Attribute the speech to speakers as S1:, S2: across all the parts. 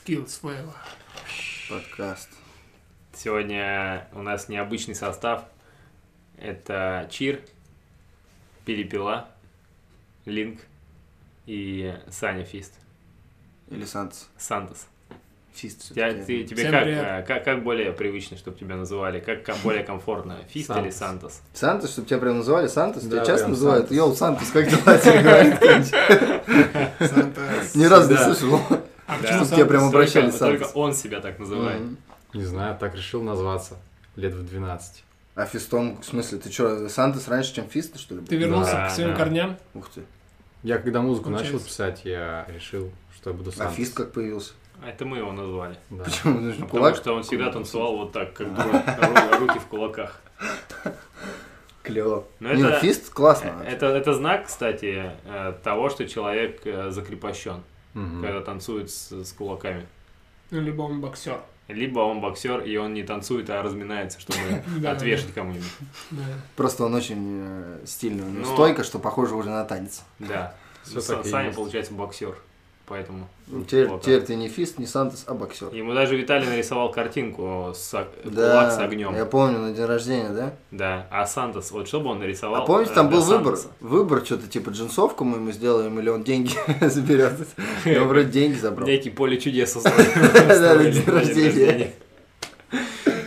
S1: skills forever.
S2: Подкаст.
S3: Сегодня у нас необычный состав. Это Чир, Перепела, Линк и Саня Фист.
S2: Или Сантос.
S3: Сантос.
S2: Фист
S3: Тебя-
S2: всё-таки.
S3: ты- тебе
S1: Всем
S3: как,
S1: привет.
S3: э, как, как более привычно, чтобы тебя называли? Как, ком- более комфортно? Фист или Сантос?
S2: Сантос, чтобы тебя прям называли Сантос?
S4: Да,
S2: тебя часто
S4: прям
S2: называют?
S4: Сантос.
S2: Йоу, Сантос, как дела? Тебе говорят кто-нибудь?
S1: Сантос.
S2: Ни разу не
S3: Да.
S2: слышал.
S1: А
S3: Да.
S1: почему
S2: Чтоб тебя прям
S1: Сантос?
S2: обращали
S3: только, только
S2: Сантос.
S3: он себя так называет.
S2: Мгм.
S4: Не знаю, так решил назваться. Лет в 12.
S2: А Фистом, в смысле, ты что, Сантос раньше, чем Фист, что ли?
S1: Ты вернулся
S3: Да,
S1: к своим
S3: да.
S1: корням?
S2: Ух ты.
S4: Я когда музыку
S1: Получается.
S4: начал писать, я решил, что я буду сам.
S2: А Фист как появился?
S3: А Это мы его назвали.
S4: Да.
S2: Почему? Потому что
S3: Потому
S2: кулак?
S3: что он всегда танцевал вот так, как дурак, ру- руки в кулаках.
S2: Клево.
S3: Но
S2: Не,
S3: это-
S2: ну, Фист классно.
S3: Э,
S2: вообще.
S3: Это, это знак, кстати, э, того, что человек э, закрепощен,
S4: Мгм.
S3: когда танцует с, с кулаками.
S1: Ну, либо он боксер.
S3: Либо он боксер, и он не танцует, а разминается, чтобы
S1: Да.
S3: отвешать кому-нибудь.
S1: Да.
S2: Просто он очень э, стильный. У него
S3: Ну.
S2: стойка, что похоже уже на танец.
S3: Да.
S4: Всё
S3: Са-
S4: так и
S3: Саня,
S4: есть.
S3: получается, боксер. Поэтому
S2: Теперь,
S3: вот так.
S2: теперь ты не Фист, не Сантос, а боксер.
S3: Ему даже Виталий нарисовал картинку с о- кулак с огнем.
S2: я помню на день рождения, да?
S3: Да. А Сантос, вот что бы он нарисовал?
S2: А помните,
S3: э,
S2: там
S3: для
S2: был выбор?
S3: Сантоса?
S2: Выбор что-то типа джинсовку мы ему сделаем, или он деньги заберет. Я вроде деньги забрал.
S3: Некий поле чудес
S2: Да, на
S3: устроили.
S2: день рождения.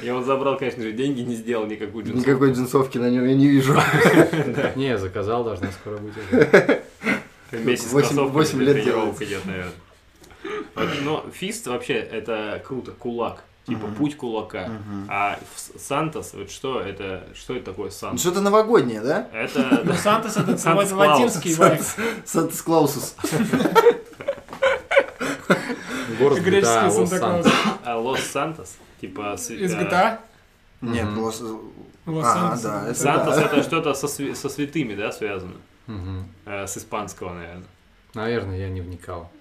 S3: И он забрал, конечно же, деньги, не сделал никакую джинсу.
S2: Никакой джинсовки на нем я не вижу.
S4: Не, я заказал, должна скоро быть уже.
S3: Вместе с
S2: Восемь-
S3: кроссовками
S2: восемь лет
S3: тренировка идет, наверное. Но фист вообще это круто, кулак. Типа
S2: Мгм.
S3: путь кулака.
S2: Мгм.
S3: А в с- Сантос, вот что это, что это такое
S2: Ну,
S3: Сантос?
S2: Что-то новогоднее, да?
S3: Это
S1: Ну, Сантос это твой
S3: Сантос Клаус.
S1: латинский вайб.
S2: Сантос Клаусус.
S4: Город GTA,
S1: Греческий
S4: Лос-Анджелес.
S1: Санта-Клаус.
S3: а, Лос Сантос, типа с-
S1: Из А.
S3: э,
S1: GTA?
S2: Не,
S4: Мгм.
S2: Лос-
S1: Лос
S2: А,
S1: Сантос
S2: да,
S1: это
S2: это
S3: Сантос
S2: да.
S3: это что-то со, сви- со святыми, да, связано?
S4: Мгм.
S3: Э, С испанского, наверное.
S4: Наверное, я не вникал.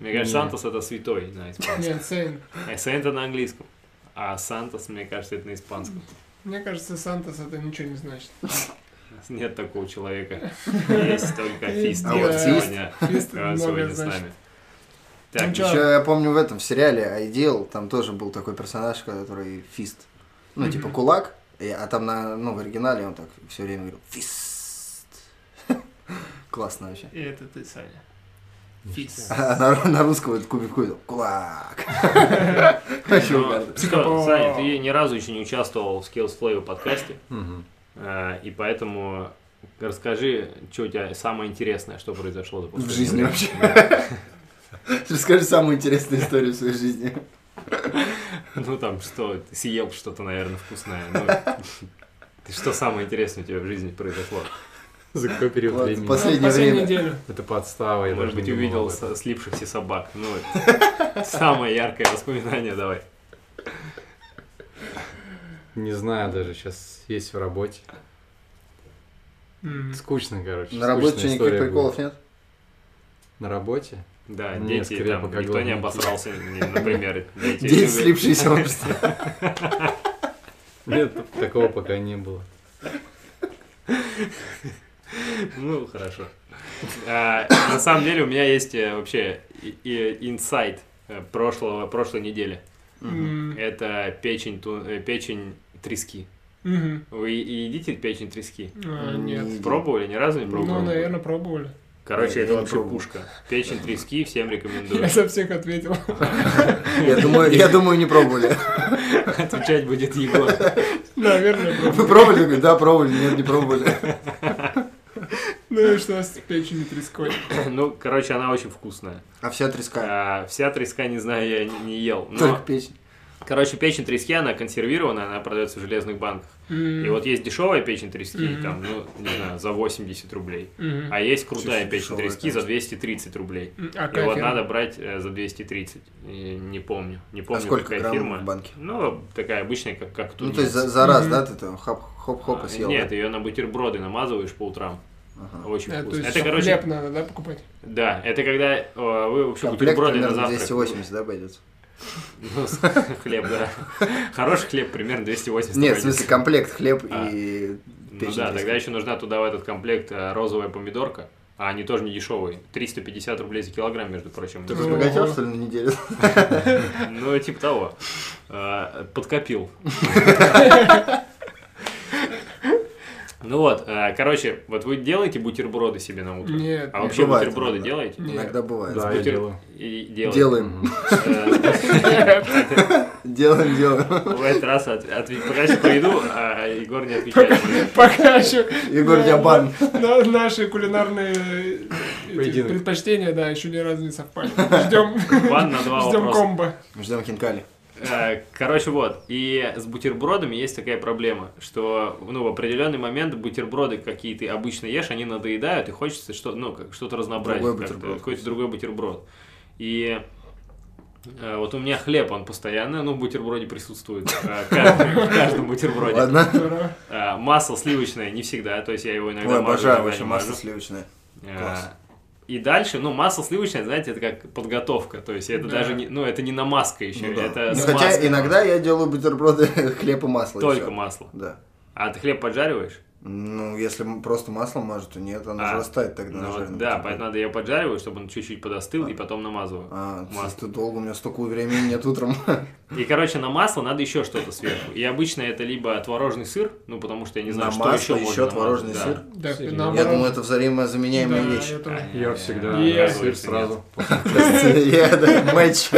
S3: Мне кажется,
S4: Не.
S3: Сантос это святой на испанском.
S1: Нет, Сейн.
S3: А Сент на английском. А Сантос, мне кажется, это на испанском.
S1: Мне кажется, Сантос это ничего не значит.
S3: Нет такого человека. Есть только фист.
S2: А вот
S3: Э,
S2: фист-
S3: сегодня-
S1: Фист
S3: э,
S1: многое
S3: сегодня с
S1: значит.
S3: нами. Так,
S1: чё?
S2: Еще я помню в этом в сериале Ideal, там тоже был такой персонаж, который фист. Ну, типа
S1: Мгм.
S2: кулак, и- а там на, ну, в оригинале он так все время говорил фист. Классно вообще.
S1: И это ты, Саня. Фист.
S2: А на, на русском это кубик хуй, кулак. Вообще
S3: ну,
S2: угарно.
S3: что, Саня, ты ни разу еще не участвовал в Skills Flavor подкасте,
S4: Мгм.
S3: э, и поэтому расскажи, что у тебя самое интересное, что произошло за последнее
S2: жизни
S3: время.
S2: вообще.
S3: Да.
S2: Расскажи самую интересную историю в своей жизни.
S3: Ну там что, ты съел что-то, наверное, вкусное. ну, ты Что самое интересное у тебя в жизни произошло?
S4: За какой период
S2: Ладно,
S4: времени?
S2: последний. Последнее
S1: Ну, Последнюю
S2: время.
S1: неделю.
S4: Это подстава, я
S3: Может
S4: даже не
S3: быть,
S4: думал
S3: увидел
S4: об этом.
S3: со- слипшихся собак. Ну, это самое яркое воспоминание давай.
S4: Не знаю даже, сейчас есть в работе.
S1: М.
S4: Скучно, короче.
S2: На работе
S4: скучная
S2: что,
S4: история
S2: никаких
S4: была.
S2: приколов нет?
S4: На работе?
S3: Да,
S4: Мне
S3: дети
S4: скорее
S3: там,
S4: пока
S3: никто не
S4: главное.
S3: обосрался, не- например, дети.
S2: Дети
S3: любят-
S2: слипшиеся общества.
S4: Нет, такого пока не было.
S3: Ну, хорошо. А, На самом деле у меня есть э, вообще и- и инсайт э, прошлого, прошлой недели.
S1: М.
S3: Это печень, ту- э, печень трески.
S1: Мгм.
S3: Вы и едите печень трески?
S1: А, Нет.
S3: Пробовали? Ни разу не пробовали?
S1: Ну, наверное, пробовали.
S3: Короче,
S2: Я
S3: это
S2: не
S3: вообще
S2: пробовал.
S3: пушка. Печень трески всем рекомендую.
S1: Я за всех ответил.
S2: Я думаю, я думаю, не пробовали.
S3: Отвечать будет Егор.
S1: Наверное, пробовали.
S2: Вы пробовали? Я говорю, Да, пробовали. Нет, не пробовали.
S1: Ну и что с печенью треской?
S3: Ну, короче, она очень вкусная.
S2: А вся треска.
S3: А, ну, Вся треска, не знаю, я не- не ел. но-
S2: Только печень.
S3: Короче, печень трески, она консервированная, она продается в железных банках. И вот есть дешевая печень трески,
S1: Мгм.
S3: там, ну, не знаю, за 80 рублей.
S1: Мгм.
S3: А есть крутая
S2: Чуть-чуть
S3: печень
S2: дешевая,
S3: трески за
S2: конечно.
S3: 230 рублей.
S1: М, А
S3: И вот
S1: кофе?
S3: надо брать э, за 230. И не помню. Не
S2: А
S3: помню,
S2: сколько
S3: какая
S2: грамм в
S3: фирма.
S2: банке?
S3: Ну, такая обычная, как, как
S2: Ну,
S3: тунец.
S2: то есть за, за раз,
S1: Мгм.
S2: да, ты там хоп-хоп-хоп и
S3: А,
S2: съел?
S3: Нет,
S2: да?
S3: ее на бутерброды намазываешь по утрам.
S2: Ага.
S3: Очень
S1: А, То
S3: вкусно.
S1: есть
S3: Это, короче,
S1: хлеб надо, да, покупать?
S3: да, это когда э, вы вообще
S2: Комплект
S3: бутерброды на
S2: примерно
S3: завтрак.
S2: 280, да, обойдется?
S3: Ну, с- хлеб, да. Хороший хлеб примерно
S2: Нет,
S3: 280.
S2: в
S3: обойдется.
S2: смысле, комплект хлеб
S3: А.
S2: и
S3: Ну
S2: печень
S3: да,
S2: трески.
S3: тогда еще нужна туда в этот комплект э, розовая помидорка А они тоже не дешевые. 350 рублей за килограмм, между прочим.
S2: Ты
S1: Ну.
S2: разбогател, что ли, на неделю?
S3: Ну, типа того. А, Подкопил. Ну вот, а, короче, вот вы делаете бутерброды себе на утро?
S1: Нет.
S3: А
S1: нет.
S3: вообще
S2: бывает
S3: бутерброды
S2: иногда.
S3: делаете?
S1: Нет.
S2: Иногда бывает.
S4: Да, я
S3: Бутер-
S4: делаю.
S3: И делаете.
S2: Делаем.
S3: Э,
S2: Делаем, делаем.
S3: В этот раз от- отве- пока я приду, а Егор не отвечает.
S1: Пока еще
S2: Егор, я бан.
S1: на- наши кулинарные э, эти
S4: Поединок.
S1: предпочтения, да, еще ни разу не совпали. Ждем,
S3: Бан на два
S1: ждем
S3: вопроса.
S1: комбо.
S2: Ждем хинкали.
S3: Э, Короче, вот. И с бутербродами есть такая проблема, что ну, в определенный момент бутерброды, какие ты обычно ешь, они надоедают, и хочется что, ну, как, что-то разнообразить.
S2: Другой
S3: как-то,
S2: бутерброд.
S3: Какой-то другой бутерброд. И э, вот у меня хлеб, он постоянно, ну, в бутерброде присутствует. э, каждый- В каждом бутерброде.
S2: Ладно.
S1: Здорово.
S3: Э, Масло сливочное не всегда, то есть я его иногда
S2: Ой,
S3: мажу,
S2: обожаю
S3: иногда
S2: вообще
S3: не
S2: масло
S3: мажу.
S2: сливочное.
S3: Э,
S2: Класс.
S3: И дальше, ну, масло сливочное, знаете, это как подготовка. То есть это
S1: Да.
S3: даже не, ну, это не намазка еще.
S2: Ну да.
S3: это
S2: Ну,
S3: смазка.
S2: Хотя иногда я делаю бутерброды хлеб и масло.
S3: Только
S2: ещё.
S3: масло.
S2: Да.
S3: А ты хлеб поджариваешь?
S2: Ну, если м- просто маслом мажут, то нет, оно
S3: А.
S2: же растает тогда
S3: Ну
S2: на
S3: вот,
S2: жареном
S3: да,
S2: бутерброде.
S3: поэтому надо я поджариваю, чтобы он чуть-чуть подостыл, и потом намазываю.
S2: типа. А,
S3: Масло.
S2: ты долго, у меня столько времени нет утром.
S3: И, короче, на масло надо еще что-то сверху. И обычно это либо творожный сыр, ну, потому что я не знаю,
S2: На
S3: что
S2: масло
S3: еще можно
S2: еще
S3: намазать,
S2: творожный
S3: да.
S2: сыр.
S1: Да,
S4: Серьезно?
S2: Я
S1: наоборот.
S2: думал, это взаимозаменяемые
S1: Да,
S2: вещи.
S1: я тоже.
S4: Я всегда
S1: Я-
S4: сыр сразу.
S2: Я, да, Матч.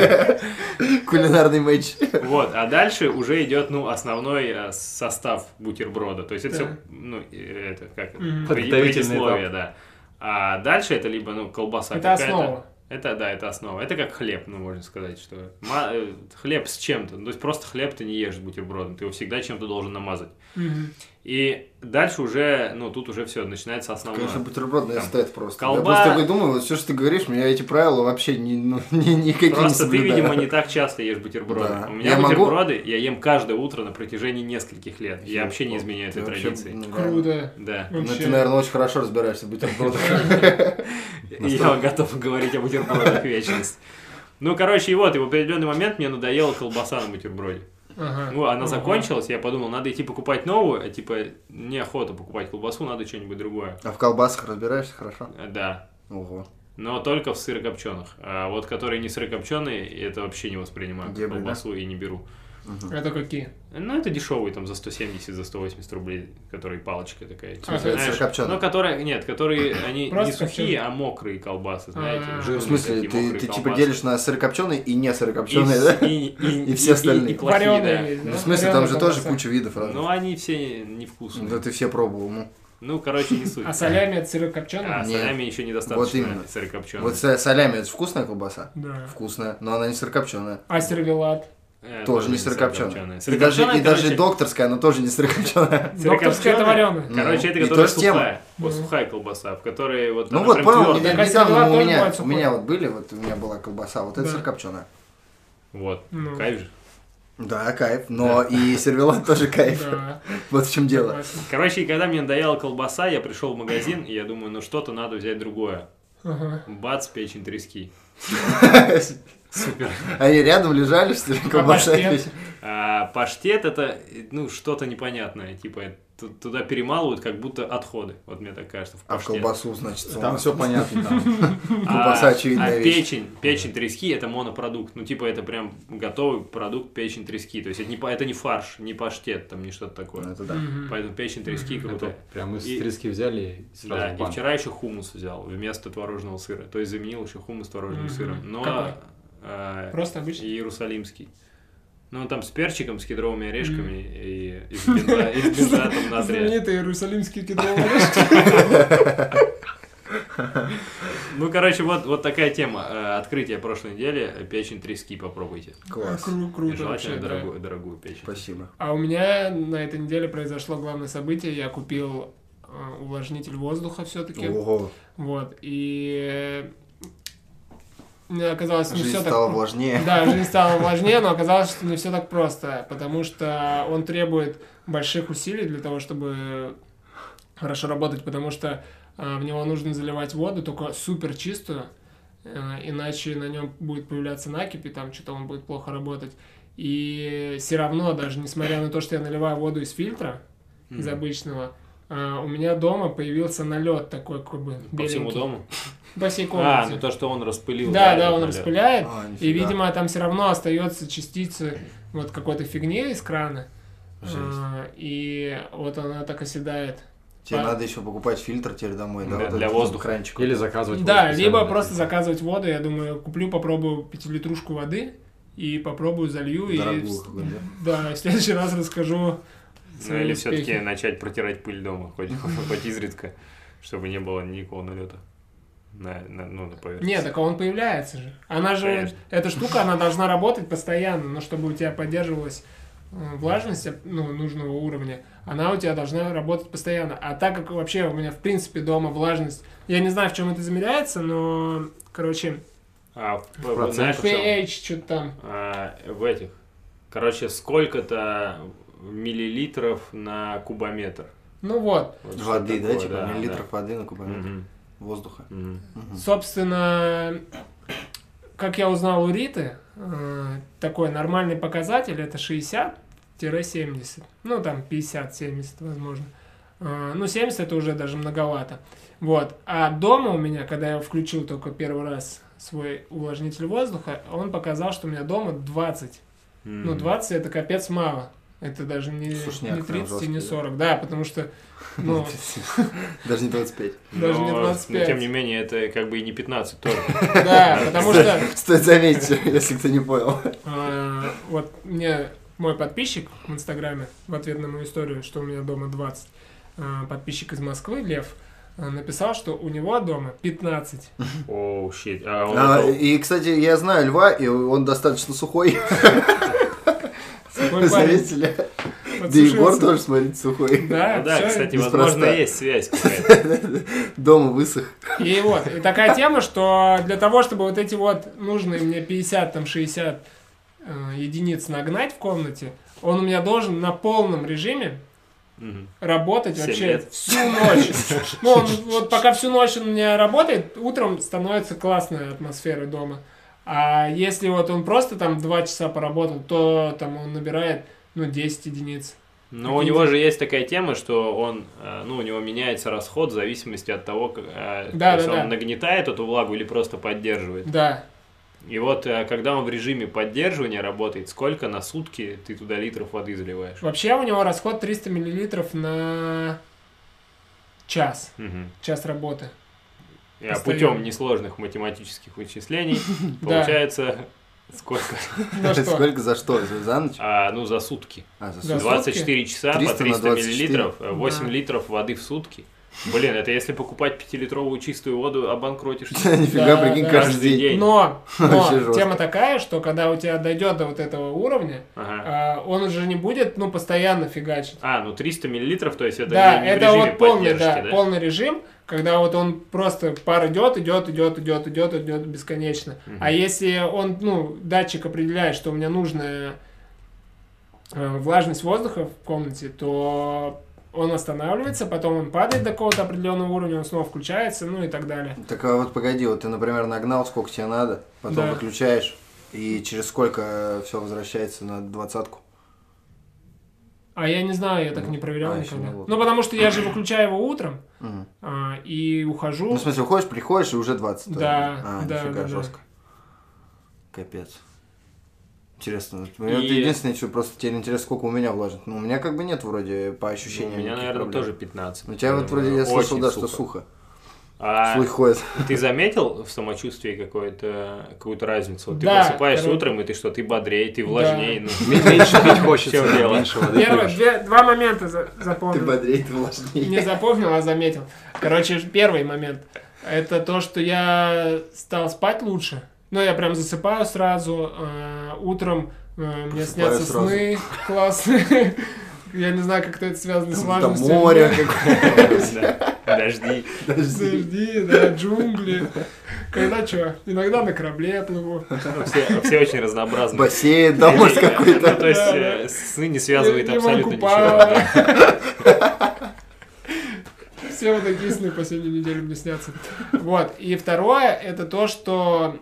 S2: Кулинарный матч.
S3: Вот, а дальше уже идет, ну, основной э, состав бутерброда. То есть это
S1: Да.
S3: все, ну, э, это как,
S1: Мгм.
S3: пред-
S4: Подготовительный
S3: предисловие, да. А дальше это либо, ну, колбаса
S1: Это
S3: какая-то.
S1: основа.
S3: Это, да, это основа. Это как хлеб, ну, можно сказать, что ма- э, хлеб с чем-то. Ну, То есть просто хлеб ты не ешь с бутербродом, ты его всегда чем-то должен намазать.
S1: Мгм.
S3: И дальше уже, ну, тут уже все, начинается основное.
S2: Конечно, бутербродная
S3: э, Там.
S2: стоит просто. Я
S3: Колба-
S2: просто такой думаю, вот все, что ты говоришь, меня эти правила вообще ни- ну, ни- никакие не
S3: Просто ты,
S2: соблюдаю.
S3: видимо, не так часто ешь бутерброды.
S2: Да.
S3: У меня
S2: Я могу?
S3: бутерброды я ем каждое утро на протяжении нескольких лет. Я вообще не изменяю
S2: Ты
S3: этой
S2: вообще,
S3: традиции.
S2: ну, да.
S1: Круто.
S3: Да.
S2: Ну,
S1: Вообще.
S2: ты, наверное, очень хорошо разбираешься в бутербродах.
S3: Я готов говорить о бутербродах вечность. Ну, короче, и вот, и в определенный момент мне надоела колбаса на бутерброде.
S1: Ага.
S3: Ну, она
S1: Ага.
S3: закончилась, я подумал, надо идти покупать новую, а типа, неохота покупать колбасу, надо что-нибудь другое.
S2: А в колбасах разбираешься хорошо?
S3: Э, Да.
S2: Ого.
S3: Но только в сырокопченых. А вот которые не сырокопченые, это вообще не воспринимаю.
S2: Дебри, да?
S3: колбасу и не беру.
S1: Это какие?
S3: Ну, это дешевые, там, за 170, за 180 рублей, которые палочка
S2: А,
S3: такая. типа,
S1: это
S3: знаешь,
S2: сырокопчёные?
S3: Ну, которые, нет, которые, они не
S1: Просто
S3: сухие, а мокрые колбасы, знаете.
S1: А.
S2: В
S3: жирные
S2: смысле,
S3: такие
S2: ты,
S3: мокрые
S2: ты типа
S3: колбасы.
S2: делишь на сырокопченые и не
S3: И
S2: сырокопченые,
S3: вс-
S2: да?
S3: и- и-
S2: И
S3: и-
S2: все остальные.
S3: и плохие,
S1: Вареные
S3: да.
S1: есть, да?
S2: Ну, в смысле, там же
S1: Вареная
S2: тоже
S1: колбаса.
S2: куча видов
S3: Ну,
S2: разных.
S3: они все невкусные.
S2: Да ты все пробовал, ну.
S3: Ну, короче, не суть.
S1: А солями от сырокопченого?
S3: А,
S2: Нет.
S3: солями еще
S2: Вот
S3: недостаточно
S2: именно.
S3: сырокопченых.
S2: Вот с- солями, это же вкусная колбаса?
S1: Да.
S2: Вкусная, но она не сырокопченая.
S1: А сервелат?
S3: Э,
S2: Тоже не сырокопченая. И даже,
S3: Сырокопченая,
S2: и даже
S3: короче,
S2: докторская, она тоже не
S1: Докторская
S2: сырокопченая.
S1: это
S3: сырокопченая.
S1: вареная.
S3: Короче, это
S2: Ну, и
S3: которая
S2: тоже тема.
S3: сухая. Вот
S1: Мгм.
S3: сухая колбаса, в которой вот...
S2: Ну
S3: она
S2: вот,
S3: прям
S2: понял,
S3: твердая.
S2: мне
S1: Так, а
S2: недавно
S1: сервелат
S2: у
S1: тоже
S2: меня,
S1: бывает
S2: у меня
S1: сухой?
S2: вот были, вот у меня была колбаса, вот это
S1: Да.
S2: сырокопченая.
S3: Вот,
S1: Ну.
S3: кайф же.
S2: Да, кайф, но и сервелат тоже кайф.
S1: Да.
S2: Вот в чем дело.
S1: согласен.
S3: Короче, и когда мне надоела колбаса, я пришел в магазин, и я думаю, ну что-то надо взять другое.
S1: Ага.
S3: Бац, печень трески. Супер.
S2: Они рядом лежали, что ли, колбаса?
S1: паштет?
S3: А паштет это, ну, что-то непонятное. Типа, ту- туда перемалывают как будто отходы. Вот мне так кажется, в
S2: А в
S3: паштет.
S2: колбасу, значит,
S4: Там все понятно. там.
S2: колбаса Ну, очевидная
S3: а
S2: вещь.
S3: печень, печень трески это монопродукт. Ну, типа, это прям готовый продукт печень трески. То есть это не, па- это не фарш, не паштет, там не что-то
S2: Ну,
S3: такое.
S2: это да.
S1: Мгм.
S3: Поэтому печень трески
S4: Это
S3: круто.
S4: Прям из
S3: И-
S4: трески взяли и
S3: Да,
S4: сразу в
S3: и
S4: банк.
S3: вчера еще хумус взял вместо творожного сыра. То есть заменил еще хумус творожным
S1: Мгм.
S3: сыром. Но
S1: Какой?
S3: э,
S1: Просто обычный.
S3: иерусалимский. Ну, он там с перчиком, с кедровыми орешками и из бинза- из бинза там натрия.
S1: Знаменитые иерусалимские кедровые орешки.
S3: Ну, короче, вот, вот такая тема. Э, Открытие прошлой недели. Печень трески попробуйте.
S2: Класс.
S1: Кру-
S3: И
S1: Круто
S3: желательно
S1: вообще, да.
S3: дорогую, дорогую печень.
S2: Спасибо.
S1: А у меня на этой неделе произошло главное событие. Я купил э, увлажнитель воздуха все-таки.
S2: Ого,
S1: Вот. И э, мне оказалось не
S2: жизнь
S1: все
S2: стала
S1: так...
S2: влажнее.
S1: Да, жизнь стала влажнее, но оказалось, что не все так просто, потому что он требует больших усилий для того, чтобы хорошо работать, потому что э, в него нужно заливать воду, только супер чистую, э, иначе на нем будет появляться накипь, и там что-то он будет плохо работать. И все равно, даже несмотря на то, что я наливаю воду из фильтра, из
S3: Мгм.
S1: обычного, а, у меня дома появился налет такой, как бы,
S3: По всему
S1: беленький.
S3: дому.
S1: По всей
S3: А,
S1: комнате.
S3: ну то, что он распылил.
S1: да, да,
S3: этот
S1: он
S3: налёт.
S1: распыляет.
S2: А,
S1: И,
S2: нифига.
S1: видимо, там все равно остается частицы вот какой-то фигни из крана. А, И вот она так оседает.
S2: Тебе
S1: А.
S2: надо еще покупать фильтр теперь домой, да?
S3: Для-
S2: вот этот
S3: для воздуха.
S2: кранчик.
S4: Или заказывать
S1: Да,
S4: воду
S1: либо
S4: специально
S1: просто
S4: для
S1: заказывать воду. Я думаю, куплю, попробую пятилитрушку воды и попробую залью. и...
S2: Дорогую
S1: вс-
S2: какую-нибудь, да?
S1: Да, в следующий раз расскажу
S3: Ну
S1: свои
S3: или
S1: успехи.
S3: все-таки начать протирать пыль дома, хоть, хоть изредка, чтобы не было никакого налета на, на- ну, на поверхности.
S1: Нет, так он появляется же. Она же,
S3: Конечно.
S1: эта штука, она должна работать постоянно, но чтобы у тебя поддерживалась э, влажность э, ну, нужного уровня, она у тебя должна работать постоянно. А так как вообще у меня, в принципе, дома влажность, я не знаю, в чем это замеряется, но, короче,
S3: А в, в-
S4: процентах?
S3: знаешь, в чем?
S1: pH что-то там.
S3: А, в этих. Короче, сколько-то миллилитров на кубометр.
S1: Ну вот,
S3: Вот что
S2: Воды, да,
S3: такое,
S2: типа
S3: да,
S2: миллилитров воды на
S3: да.
S2: кубометр
S3: Мгм,
S2: воздуха.
S3: мгм.
S2: Мгм.
S1: собственно, как я узнал у Риты, э, такой нормальный показатель это 60-70. Ну, там 50-70, возможно. Э, Ну, 70 это уже даже многовато. Вот. А дома у меня, когда я включил только первый раз свой увлажнитель воздуха, он показал, что у меня дома 20.
S3: Мгм.
S1: Ну, 20 это капец мало. Это даже не,
S2: Сушняк
S1: не
S2: прям
S1: 30, и не
S2: жесткий, да?
S1: 40. Да, потому что, ну,
S2: Даже не 25.
S1: даже не
S3: Но,
S1: 25.
S3: Но, тем не менее, это как бы и не 15 тоже.
S1: да, потому что
S2: Стоит заметить, если кто не понял.
S1: А, Вот мне мой подписчик в Инстаграме в ответ на мою историю, что у меня дома 20, а, подписчик из Москвы, Лев, а, написал, что у него дома 15.
S3: Оу, щит. А он-
S2: А, И, кстати, я знаю льва, и он достаточно сухой,
S1: Такой парень
S2: заметили? Да и Егор
S1: подсушился.
S2: тоже, смотрите, сухой.
S1: Да,
S3: Ну да,
S1: всё.
S3: кстати,
S2: неспроста.
S3: возможно, есть связь какая-то.
S2: Дома высох.
S1: И вот, и такая тема, что для того, чтобы вот эти вот нужные мне 50, там 60 э, единиц нагнать в комнате, он у меня должен на полном режиме
S3: Мгм.
S1: работать
S3: Семь
S1: вообще
S3: лет.
S1: всю ночь. Ну, он вот пока всю ночь он у меня работает, утром становится классная атмосфера дома. А если вот он просто там два часа поработал, то там он набирает, ну, 10 единиц.
S3: Но у него же есть такая тема, что он, э, ну, у него меняется расход в зависимости от того, как, э,
S1: Да,
S3: то есть
S1: да,
S3: он
S1: да.
S3: нагнетает эту влагу или просто поддерживает.
S1: Да.
S3: И вот, э, когда он в режиме поддерживания работает, сколько на сутки ты туда литров воды заливаешь?
S1: Вообще у него расход 300 миллилитров на час.
S3: Мгм.
S1: Час работы.
S3: И, а
S1: Постоянно.
S3: путем несложных математических вычислений
S1: Да.
S3: получается сколько?
S1: Ну что?
S2: Сколько за что? За за ночь?
S3: А, ну, за сутки.
S2: А, за
S1: Да.
S2: сутки.
S3: 24 часа по
S2: 300 на
S3: 300
S2: 24.
S3: миллилитров, э, 8
S1: Да.
S3: литров воды в сутки. Блин, это если покупать 5-литровую чистую воду, обанкротишься.
S1: Да,
S2: Нифига, прикинь,
S1: да.
S2: каждый день.
S3: день.
S1: Но,
S2: Вообще
S1: но
S2: жестко.
S1: тема такая, что когда у тебя дойдет до вот этого уровня,
S3: Ага.
S1: а, он же не будет, ну, постоянно фигачить.
S3: А, ну 300 миллилитров, то есть это
S1: Да,
S3: не в
S1: это
S3: режиме
S1: вот полный, да,
S3: поддержки, да?
S1: полный режим, когда вот он просто пар идет, идет, идет, идет, идет, идет бесконечно.
S3: Мгм.
S1: А если он, ну, датчик определяет, что у меня нужная э, влажность воздуха в комнате, то он останавливается, потом он падает до какого-то определенного уровня, он снова включается, ну и так далее.
S2: Так а вот погоди, вот ты, например, нагнал, сколько тебе надо, потом
S1: Да.
S2: выключаешь, и через сколько все возвращается на двадцатку?
S1: А я не знаю, я
S3: Ну,
S1: так не проверял
S2: а, еще
S1: никогда.
S2: не было.
S1: Ну, потому что я же выключаю его утром
S2: Мгм.
S1: а, и ухожу.
S2: Ну, в смысле, уходишь, приходишь, и уже 20.
S1: Да,
S2: А,
S1: да,
S2: нифига,
S1: да, да.
S2: жестко. Капец. Интересно. Ну,
S3: И-
S2: Это единственное, что просто тебе интересно, сколько у меня влажит. Ну, у меня как бы нет вроде по
S3: Ну,
S2: ощущениям.
S3: у меня,
S2: никаких
S3: наверное,
S2: проблем. Ну,
S3: тоже 15.
S2: У тебя вот вроде, я
S3: Очень
S2: слышал, да, что сухо.
S3: А
S2: Слух ходит.
S3: ты заметил в самочувствии какую-то какую-то разницу? Вот Ты
S1: Да,
S3: просыпаешься
S1: короче.
S3: утром, и ты что, ты бодрее, ты влажнее. ну,
S4: детей. М- Меньше пить хочется,
S3: В чем дело?
S4: меньше воды
S1: Первое,
S4: пьешь.
S1: две- два момента за-
S2: Ты
S1: запомнил.
S2: бодрее, ты влажнее.
S1: Не запомнил, а заметил. Короче, первый момент. Это то, что я стал спать лучше. Ну, я прям засыпаю сразу. э, Утром э, мне
S2: Просыпаю
S1: снятся
S2: сразу.
S1: сны классные. Я не знаю, как это
S3: Ну,
S1: связано с
S2: Там
S1: влажностью.
S2: море какое-то.
S3: да, Подожди.
S2: Подожди.
S1: Дожди, да, джунгли. Когда что? Иногда на корабле плыву.
S3: Ну, Все все очень разнообразные.
S2: Бассейн, домой
S3: Э,
S2: а какой-то.
S3: ну, То есть
S1: Да,
S3: э, сны не связывает
S1: Я не
S3: абсолютно ничего.
S1: могу пара.
S3: да.
S1: Все вот такие сны последнюю неделю мне снятся. Вот. И второе, это то, что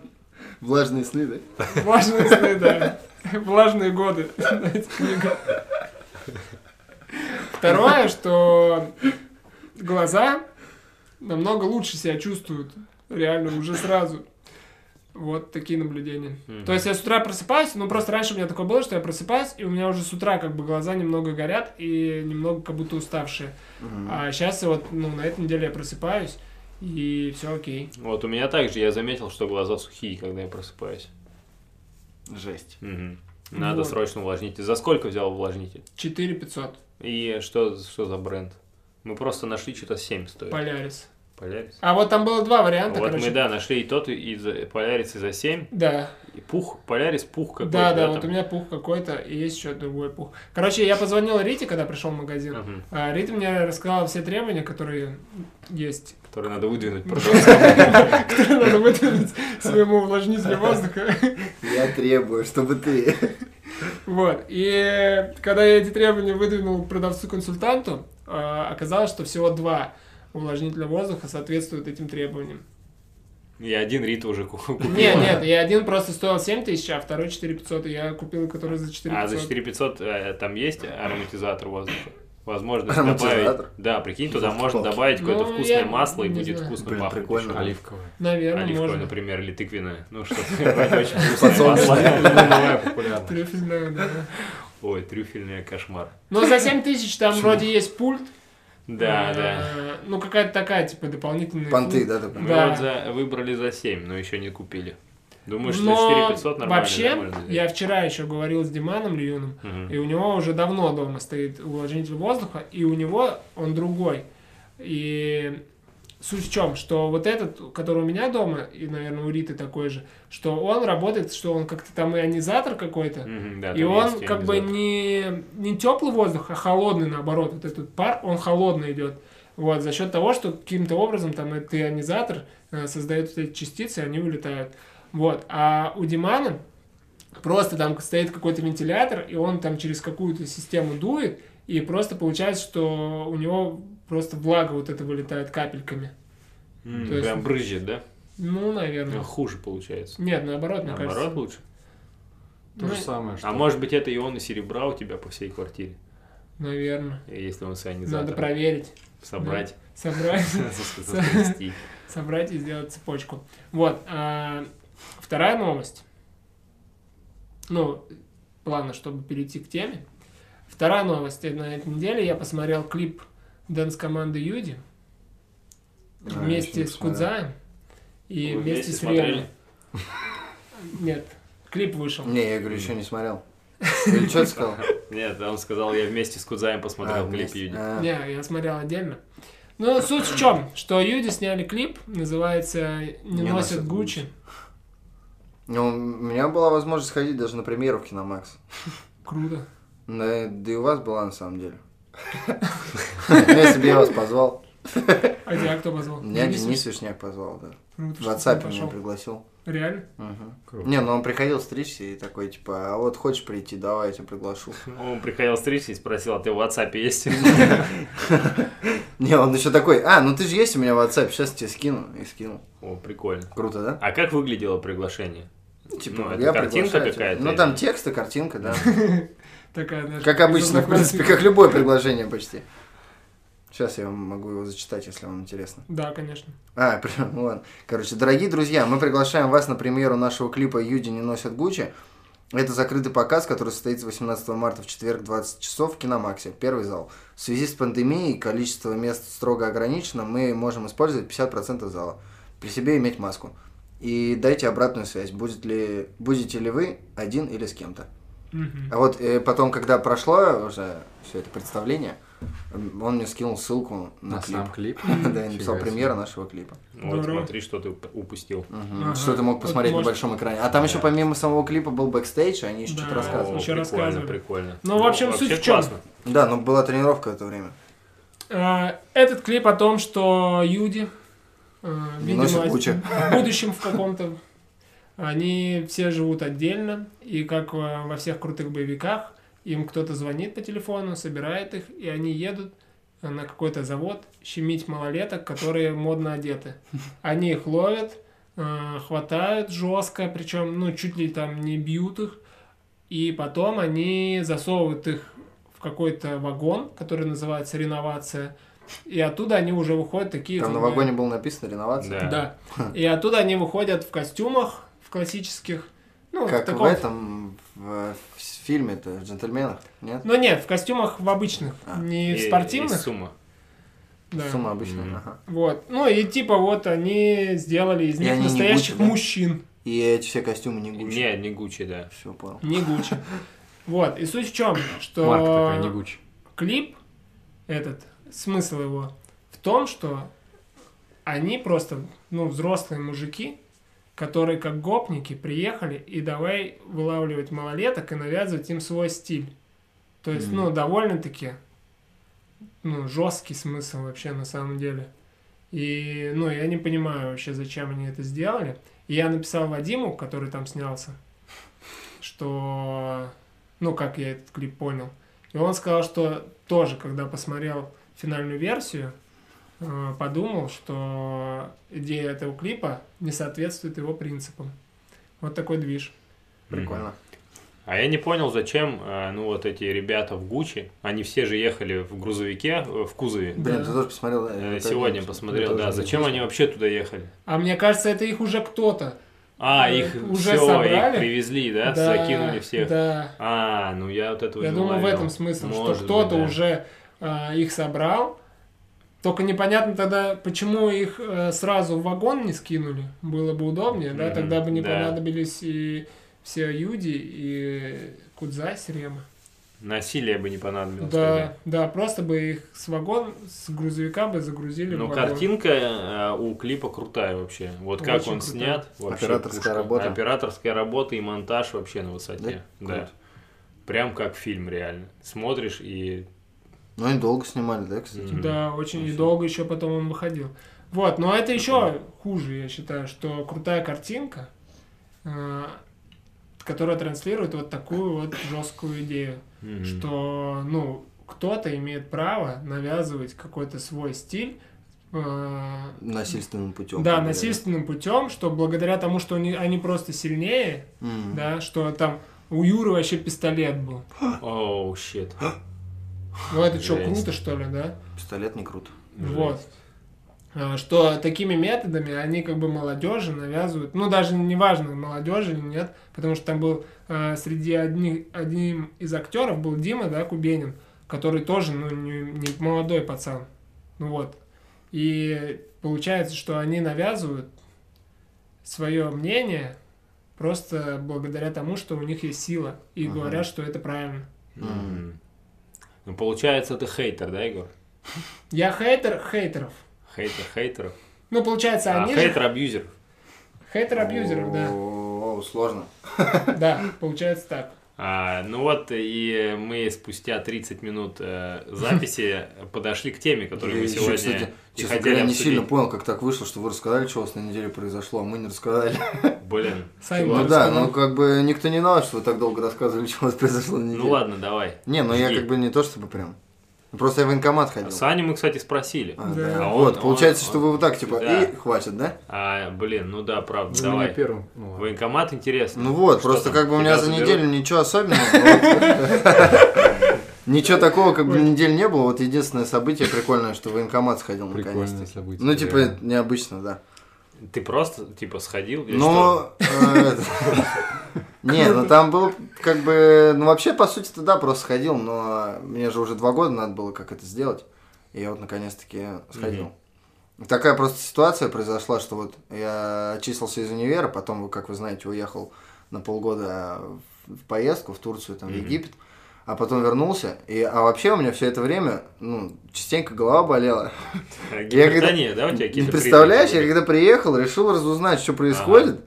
S2: Влажные сны, да?
S1: Влажные сны, да. Влажные годы. Знаете, книга. Второе, что глаза намного лучше себя чувствуют. Реально, уже сразу. Вот такие наблюдения.
S3: Мгм.
S1: То есть я с утра просыпаюсь, ну просто раньше у меня такое было, что я просыпаюсь, и у меня уже с утра как бы глаза немного горят и немного как будто уставшие. А сейчас вот, ну, на этой неделе я просыпаюсь, и все окей.
S3: Вот у меня также я заметил, что глаза сухие, когда я просыпаюсь.
S2: Жесть.
S3: Мгм. Надо
S1: Вот.
S3: срочно увлажнитель. За сколько взял увлажнитель?
S1: 4 500.
S3: И что, что за бренд? Мы просто нашли что-то 7 стоит.
S1: Полярис.
S3: Полярис.
S1: А вот там было два варианта,
S3: Э. вот
S1: короче.
S3: мы, да, нашли и тот, и за, Полярис, и за 7.
S1: Да,
S3: И пух, Полярис, пух какой-то.
S1: да, да, вот
S3: там.
S1: у меня пух какой-то, и есть еще другой пух. Короче, я позвонил Рите, когда пришел в магазин.
S3: Мгм.
S1: А, Рита мне рассказала все требования, которые есть,
S3: Который надо выдвинуть, пожалуйста.
S1: которые надо выдвинуть своему увлажнителю воздуха.
S2: Я требую, чтобы ты...
S1: Вот. И когда я эти требования выдвинул продавцу-консультанту, э, оказалось, что всего два увлажнителя воздуха соответствуют этим требованиям.
S3: Я один Рит уже ку- купил.
S1: Нет, нет, и один просто стоил 7 тысяч, а второй 4 500, и я купил, который за 4
S3: А за
S1: 500.
S3: 4500 э, там есть ароматизатор воздуха? Возможно,
S2: Ароматизатор?
S3: добавить... Да, прикинь, туда
S2: Фу,
S3: можно
S2: палки.
S3: добавить какое-то
S1: Ну,
S3: вкусное
S1: я
S3: масло, и
S1: не
S3: будет
S1: знаю.
S3: вкусно
S2: Блин,
S3: пахнуть.
S2: прикольно.
S4: Оливковое.
S1: Наверное,
S3: Оливковое,
S1: можно.
S3: например, или тыквенное. Ну что, это очень вкусное
S1: А
S2: Подсолнечное.
S3: масло.
S4: Оливковое популярно.
S1: Трюфельное, да.
S3: Ой, трюфельное кошмар.
S1: Но Ну, за 7 тысяч там вроде есть пульт.
S3: Да,
S1: э,
S3: да.
S1: Ну, какая-то такая, типа, дополнительная.
S2: Понты, да, ты
S3: Мы
S1: Да.
S3: вот за- выбрали за 7, но еще не купили. Думаю, что
S1: Но
S3: 4500 нормально. да,
S1: Вообще,
S3: можно взять.
S1: я вчера еще говорил с Диманом Льюном,
S3: Мгм.
S1: И у него уже давно дома стоит увлажнитель воздуха, и у него он другой. И суть в чем, что вот этот, который у меня дома, и, наверное, у Риты такой же, что он работает, что он как-то там ионизатор какой-то,
S3: Мгм, да,
S1: и
S3: там
S1: он
S3: есть
S1: как бы
S3: ионизатор.
S1: не, не теплый воздух, а холодный наоборот. Вот этот пар, он холодный идет. Вот, за счет того, что каким-то образом там этот ионизатор э, создает вот эти частицы, и они вылетают. Вот. А у Димана просто там стоит какой-то вентилятор, и он там через какую-то систему дует, и просто получается, что у него просто влага вот это вылетает капельками.
S3: М,
S1: то есть-
S3: Прям брызжет, да?
S1: Ну, наверное.
S3: Хуже получается.
S1: Нет, наоборот, мне
S3: Наоборот
S1: кажется.
S3: лучше.
S4: То
S1: Ну,
S4: же самое, что...
S3: А может быть это ионы серебра у тебя по всей квартире,
S1: Наверное.
S3: если он с
S1: Надо
S3: ионизатором
S1: проверить.
S3: собрать,
S1: Собрать.
S3: соскрести.
S1: собрать и сделать цепочку. Вот. а, вторая новость. Ну, плавно, чтобы перейти к теме. Вторая новость. Это На этой неделе я посмотрел клип дэнс-команды Юди вместе с Кудзаем и
S3: Вы
S1: вместе
S3: вместе
S1: с
S3: смотрели?
S1: Риэлем. Нет, клип вышел.
S2: Не, я говорю, еще не смотрел. Или что ты сказал?
S3: Нет, он сказал, я вместе с Кудзаем посмотрел
S2: А,
S3: клип
S2: вместе.
S3: Юди.
S2: А,
S1: Не, я смотрел отдельно. Ну, суть в чем, что Юди сняли клип, называется «Не,
S2: Не
S1: носят
S2: носят
S1: Гуччи».
S2: Ну, у меня была возможность сходить даже на премьеру в Киномакс.
S1: Круто.
S2: Да, да и у вас была на самом деле. Ну, Если бы я вас позвал.
S1: А тебя кто позвал?
S2: Меня
S1: Денис?
S2: Денис Вишняк позвал, да.
S1: Круто,
S2: В
S1: что ты
S2: WhatsApp
S1: пошел.
S2: меня пригласил.
S1: Реально?
S2: Мгм.
S4: Круто.
S2: Не, ну он приходил стричься и такой, типа, а вот хочешь прийти, давай, я тебя приглашу.
S3: Он приходил встречаться и спросил, а ты в WhatsApp есть?
S2: Не, он еще такой, а, ну ты же есть у меня в WhatsApp, сейчас тебе скину. И скинул.
S3: О, прикольно.
S2: Круто, да?
S3: А как выглядело приглашение?
S2: Ну,
S3: Ну, это картинка
S2: приглашаю тебя.
S3: какая-то
S2: Ну
S3: или-
S2: там текст и картинка, да.
S1: Такая, знаешь,
S2: Как обычно, в
S1: знакомая-
S2: принципе, как любое предложение почти. Сейчас я вам могу его зачитать, если вам интересно.
S1: Да, конечно.
S2: А, прям, ну ладно. Короче, дорогие друзья, мы приглашаем вас на премьеру нашего клипа «Юди не носят Гуччи». Это закрытый показ, который состоится 18 марта в четверг 20 часов в Киномаксе, первый зал. В связи с пандемией количество мест строго ограничено, мы можем использовать 50% зала. При себе иметь маску. И дайте обратную связь, будет ли, будете ли вы один или с кем-то.
S1: Мгм.
S2: А вот э, потом, когда прошло уже все это представление, м, он мне скинул ссылку на,
S4: На
S2: клип.
S4: сам клип.
S2: Да, я написал
S4: Фига себе.
S2: премьера нашего клипа.
S3: Вот
S1: Здорово.
S3: смотри, что ты уп- упустил.
S2: Мгм.
S1: Ага.
S2: Что ты мог
S1: Вот
S2: посмотреть на
S1: может-
S2: большом экране. А там еще
S3: Да.
S2: помимо самого клипа был бэкстейдж, и они еще
S1: Да.
S2: что-то
S1: Рассказывай,
S3: О,
S2: рассказывали.
S1: ещё
S3: Прикольно,
S1: рассказывай.
S3: прикольно.
S1: Ну, в общем, суть в чём?
S3: классно.
S2: Да, но была тренировка в это время.
S1: А, Этот клип о том, что Юди, а,
S2: Не носят
S1: видимо,
S2: Гуччи.
S1: в будущем в каком-то, они все живут отдельно, и как а, во всех крутых боевиках, им кто-то звонит по телефону, собирает их, и они едут э, на какой-то завод щемить малолеток, которые модно одеты. Они их ловят, э, хватают жестко, причем, ну, чуть ли там не бьют их, и потом они засовывают их в какой-то вагон, который называется реновация, и оттуда они уже выходят такие...
S2: Там на
S1: как бы,
S2: вагоне Хм. было написано реновация.
S3: Да.
S1: Да. И оттуда они выходят в костюмах, в классических. Ну,
S2: Как в
S1: такого-
S2: этом в, в фильме-то, в джентльменах, нет?
S1: Ну нет, в костюмах в обычных,
S2: А,
S1: не
S3: И-
S1: в
S3: и
S1: спортивных.
S3: Сумма.
S1: Да.
S2: Сумма обычная,
S4: Мгм.
S2: ага.
S1: Вот. Ну и типа вот они сделали из
S2: И
S1: них
S2: они не
S1: настоящих
S2: Гуччи, да?
S1: мужчин,
S2: И эти все костюмы не Гуччи.
S3: Не, не Гуччи, да.
S2: Все, понял.
S1: не Гуччи. Вот. И суть в чем, что
S4: Марк такой, не Гуч.
S1: клип этот, смысл его в том, что они просто, ну, взрослые мужики, которые как гопники приехали и давай вылавливать малолеток и навязывать им свой стиль. То есть,
S4: Мгм.
S1: ну, довольно-таки, ну, жесткий смысл вообще на самом деле. И, ну, я не понимаю вообще, зачем они это сделали. И я написал Вадиму, который там снялся, что, ну, как я этот клип понял. И он сказал, что тоже, когда посмотрел финальную версию, э, подумал, что идея этого клипа не соответствует его принципам. Вот такой движ.
S2: Прикольно.
S3: А я не понял, зачем, э, ну, вот эти ребята в Гуччи, они все же ехали в грузовике, э, в кузове.
S2: Блин,
S1: Да.
S2: ты тоже посмотрел? да,
S3: Э,
S2: это
S3: Сегодня
S2: отлично.
S3: посмотрел,
S2: Это
S3: да.
S2: тоже
S3: Зачем
S2: отлично.
S3: они вообще туда ехали?
S1: А мне кажется, это их уже кто-то.
S3: А,
S1: Э,
S3: их
S1: уже
S3: всё,
S1: собрали?
S3: их привезли, да? Закинули всех.
S1: Да.
S3: А, ну я вот этого
S1: Я
S3: не
S1: думаю, в
S3: уловил.
S1: этом смысл,
S3: Может
S1: что кто-то
S3: быть, да.
S1: уже э, их собрал. Только непонятно тогда, почему их э, сразу в вагон не скинули. Было бы удобнее, да?
S3: Мгм,
S1: Тогда бы не
S3: да.
S1: понадобились и все Юди, и Кудзай с Рема.
S3: Насилие бы не понадобилось.
S1: Да, да, просто бы их с вагон, с грузовика бы загрузили.
S3: тогда.
S1: в
S3: Ну,
S1: вагон.
S3: картинка э, у клипа крутая вообще. Вот как
S1: Очень
S3: он
S1: крутая.
S3: снят. вообще
S2: Операторская работа.
S3: Операторская работа и монтаж вообще на высоте.
S2: Да?
S3: Да.
S2: Круто.
S3: Прям как фильм реально. Смотришь и...
S2: Ну, они долго снимали, да, кстати?
S3: Мгм. Ну,
S1: Да, очень
S3: Вообще.
S1: недолго еще потом он выходил. Вот, но это еще хуже, я считаю, что крутая картинка, э, которая транслирует вот такую вот жесткую идею,
S3: Мгм.
S1: что, ну, кто-то имеет право навязывать какой-то свой стиль. э,
S2: Насильственным путем.
S1: да, насильственным путем, что благодаря тому, что они, они просто сильнее, да, что там у Юры вообще пистолет был.
S3: Оу, щит.
S1: Ну это что,
S3: Жесть.
S1: круто, что ли, да?
S2: Пистолет не круто.
S1: Вот. А, Что такими методами они как бы молодежи навязывают, ну даже неважно, молодежи или нет, потому что там был а, среди одних, одним из актеров был Дима, да, Кубенин, который тоже, ну, не, не молодой пацан. Ну вот. И получается, что они навязывают свое мнение просто благодаря тому, что у них есть сила, и
S2: Ага.
S1: говорят, что это правильно.
S3: Мгм. Ну, получается, ты хейтер, да, Егор?
S1: Я хейтер хейтеров.
S3: Хейтер хейтеров.
S1: Ну, получается,
S3: А
S1: они же
S3: хейтер-абьюзер.
S1: Хейтер-абьюзеров, да.
S2: О, сложно.
S1: Да, получается так.
S3: А, ну вот, и мы спустя 30 минут э, записи подошли к теме, которую
S2: Я
S3: мы
S2: ещё,
S3: сегодня
S2: кстати,
S3: и
S2: Честно
S3: хотели
S2: говоря, не
S3: обсудить.
S2: сильно понял, как так вышло, что вы рассказали, что у вас на неделе произошло, а мы не рассказали.
S3: Блин.
S1: Сами
S3: Ладно.
S2: Ну да, ну как бы никто не знал, что вы так долго рассказывали, что у вас произошло на неделе.
S3: Ну ладно, давай.
S2: Не, ну я
S3: Жги.
S2: как бы не то чтобы прям. Просто я в военкомат ходил.
S3: Саню мы, кстати, спросили.
S2: А,
S1: Да.
S2: да.
S3: А он-
S2: Вот,
S3: А он-
S2: получается,
S3: он-
S2: что вы вот так, типа,
S3: Да.
S2: и хватит, да?
S3: А, блин, ну да, правда,
S4: Вы
S3: давай.
S4: меня первым. Ну, ладно.
S3: Военкомат интересно.
S2: Ну вот,
S3: Что
S2: просто
S3: там,
S2: как бы у меня
S3: тебя
S2: за
S3: заберут?
S2: неделю ничего особенного. было. Ничего такого, как бы недель не было. Вот единственное событие прикольное, что в военкомат сходил
S4: Прикольное
S2: наконец-то.
S4: событие.
S2: Ну, типа,
S4: реально.
S2: необычно, да.
S3: Ты просто, типа, сходил? или что?
S2: Ну, э, это- не, ну там был как бы, ну вообще по сути-то да, просто сходил, но мне же уже два года надо было как это сделать, и я вот наконец-таки сходил. Такая просто ситуация произошла, что вот я отчислился из универа, потом, как вы знаете, уехал на полгода в поездку в Турцию, там, в
S3: Мгм.
S2: Египет, а потом вернулся, и, а вообще у меня все это время, ну, частенько голова болела,
S3: А, гипертония, да, у тебя
S2: не
S3: какие-то
S2: представляешь, я
S3: признаки были?
S2: когда приехал, решил разузнать, что происходит,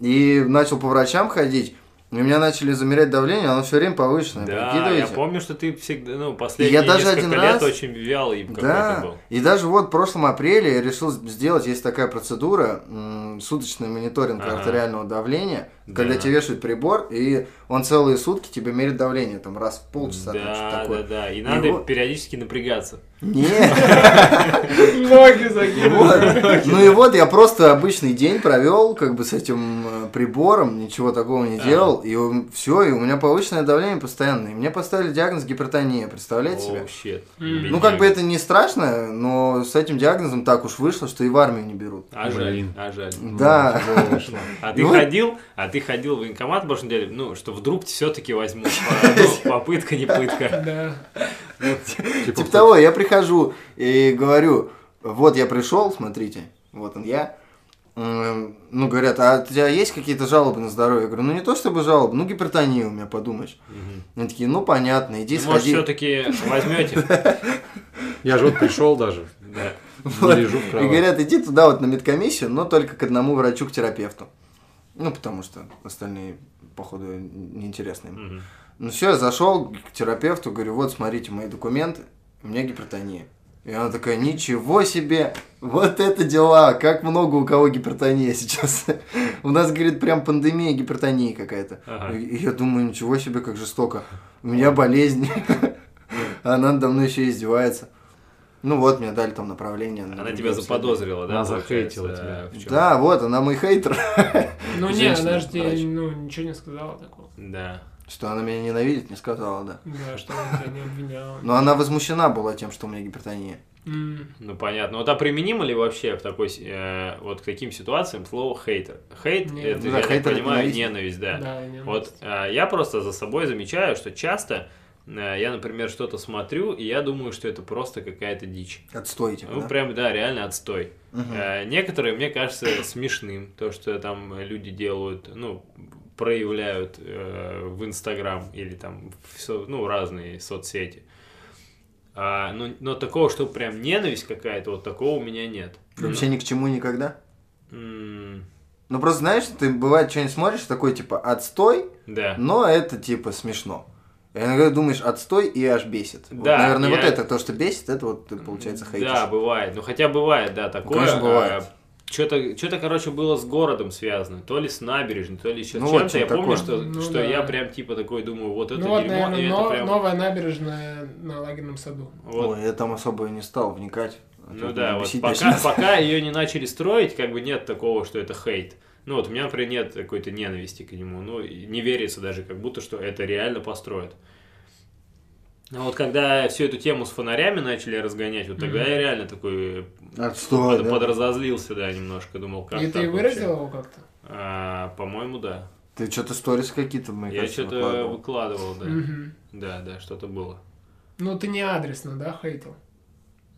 S2: и начал по врачам ходить. И у меня начали замерять давление, оно все время повышенное,
S3: Да, я
S2: прикидываете?
S3: помню, что ты всегда, ну, последние
S2: даже
S3: несколько
S2: один
S3: лет
S2: раз-
S3: очень вялый какой-то
S2: Да,
S3: был.
S2: и даже вот в прошлом апреле я решил сделать, есть такая процедура, м, суточный мониторинг
S3: Ага.
S2: артериального давления, Когда
S3: Да.
S2: тебе вешают прибор, и он целые сутки тебе мерит давление, там раз в полчаса, там что-то
S3: Да, да,
S2: такое.
S3: да. И надо
S2: Его-
S3: периодически напрягаться.
S2: Нет,
S1: Ноги закидывают.
S2: вот. ну и вот я просто обычный день провел, как бы с этим э, прибором, ничего такого не
S3: А.
S2: делал, и все, и у меня повышенное давление постоянное. И мне поставили диагноз гипертония, представляете себе?
S3: Оу, щет.
S1: М.
S2: Ну, как бы это не страшно, но с этим диагнозом так уж вышло, что и в армию не берут.
S3: А жаль,
S4: Блин.
S3: а жаль.
S2: Ну, Да.
S4: Тяжело вышло.
S3: А ты
S2: Ну,
S3: ходил, а ты ходил в военкомат в прошлом деле, ну, что вдруг все-таки возьмут. А, ну, Попытка, не пытка.
S1: Да.
S2: Типа того, я прихожу и говорю, вот я пришел, смотрите, вот он я. М, Ну, говорят, а у тебя есть какие-то жалобы на здоровье? Я говорю, ну не то чтобы жалобы, ну гипертония у меня, подумаешь. Они такие, ну понятно, иди
S3: Ну, Может,
S2: сходи.
S3: все-таки возьмете?
S4: Я же вот пришел даже,
S3: Да.
S2: Вот.
S4: не лежу в
S2: И
S4: кровати.
S2: говорят, иди туда вот на медкомиссию, но только к одному врачу, к терапевту. Ну, потому что остальные, походу, неинтересны им.
S3: Мгм.
S2: Ну все, я зашел к терапевту, говорю, вот смотрите мои документы, у меня гипертония. И она такая, ничего себе, вот это дела, как много у кого гипертония сейчас. У нас, говорит, прям пандемия гипертонии какая-то.
S3: Ага.
S2: И я думаю, ничего себе, как жестоко. У меня болезнь. А Она надо мной еще издевается. Ну вот, мне дали там направление.
S3: Она тебя заподозрила, да?
S4: Она
S3: получается,
S4: захейтила тебя.
S3: э, в чём?
S2: Да, вот, она мой хейтер.
S1: Ну не,
S2: Женщина,
S1: она же тебе
S2: врач.
S1: ну, ничего не сказала такого.
S3: Да.
S2: Что она меня ненавидит, не сказала, да.
S1: Да, что она тебя не обвиняла.
S2: Но она возмущена была тем, что у меня гипертония.
S1: М.
S3: Ну понятно. Вот а применимо ли вообще в такой с- э, вот к таким ситуациям слово хейтер? Хейт
S1: Не,
S3: это,
S2: ну да,
S3: я так
S2: хейтер это
S3: понимаю,
S2: ненависть.
S3: ненависть, да.
S1: Да, не-
S3: Вот а, я просто за собой замечаю, что часто э, я, например, что-то смотрю, и я думаю, что это просто какая-то дичь.
S2: Отстойте.
S3: Ну, прям, да, реально отстой. Э, Некоторые, мне кажется, смешным, то, что там люди делают, ну, проявляют э, в Инстаграм или там, в со- ну, разные соцсети. А, ну, но такого, что прям ненависть какая-то, вот такого у меня нет.
S2: Вообще ни к чему никогда.
S3: М,
S2: Ну просто знаешь, ты бывает что-нибудь смотришь, такой типа отстой,
S3: Да.
S2: но это типа смешно. И иногда думаешь отстой и аж бесит. Вот,
S3: Да,
S2: наверное, вот
S3: я-
S2: это то, что бесит, это вот ты, получается хейтишь.
S3: Да, бывает. Ну, хотя бывает, да, такое.
S2: конечно, бывает.
S3: Что-то, что-то, короче, было с городом связано. То ли с набережной, то ли еще
S2: Ну,
S3: с
S2: вот
S3: чем-то. Я
S2: что-то
S3: помню,
S2: такое.
S3: что,
S1: Ну,
S3: что
S1: да.
S3: я прям типа такой думаю, вот это
S1: Ну вот,
S3: дерьмо, и
S1: наверное,
S3: это
S1: но-
S3: прям...
S1: новая набережная на лагерном саду.
S3: вот
S2: Ой, я там особо и не стал вникать. А
S3: Ну
S2: то
S3: да,
S2: меня
S3: вот
S2: бесить
S3: пока,
S2: начинает.
S3: пока ее не начали строить, как бы нет такого, что это хейт. Ну вот у меня, например, нет какой-то ненависти к нему. Ну, и не верится даже, как будто, что это реально построят. А вот когда всю эту тему с фонарями начали разгонять, вот тогда
S1: Мгм.
S3: я реально такой
S2: Отстой,
S3: под-
S2: да?
S3: подразозлился, да, немножко. Думал, как
S1: И
S3: так
S1: ты
S3: вообще?
S1: выразил его как-то?
S3: А, по-моему, да.
S2: Ты что-то сторис какие-то, мне
S3: я
S2: кажется,
S3: что-то
S2: выкладывал.
S3: выкладывал, да.
S1: Мгм.
S3: Да, да, что-то было.
S1: Ну ты не адресно, да, хейтил?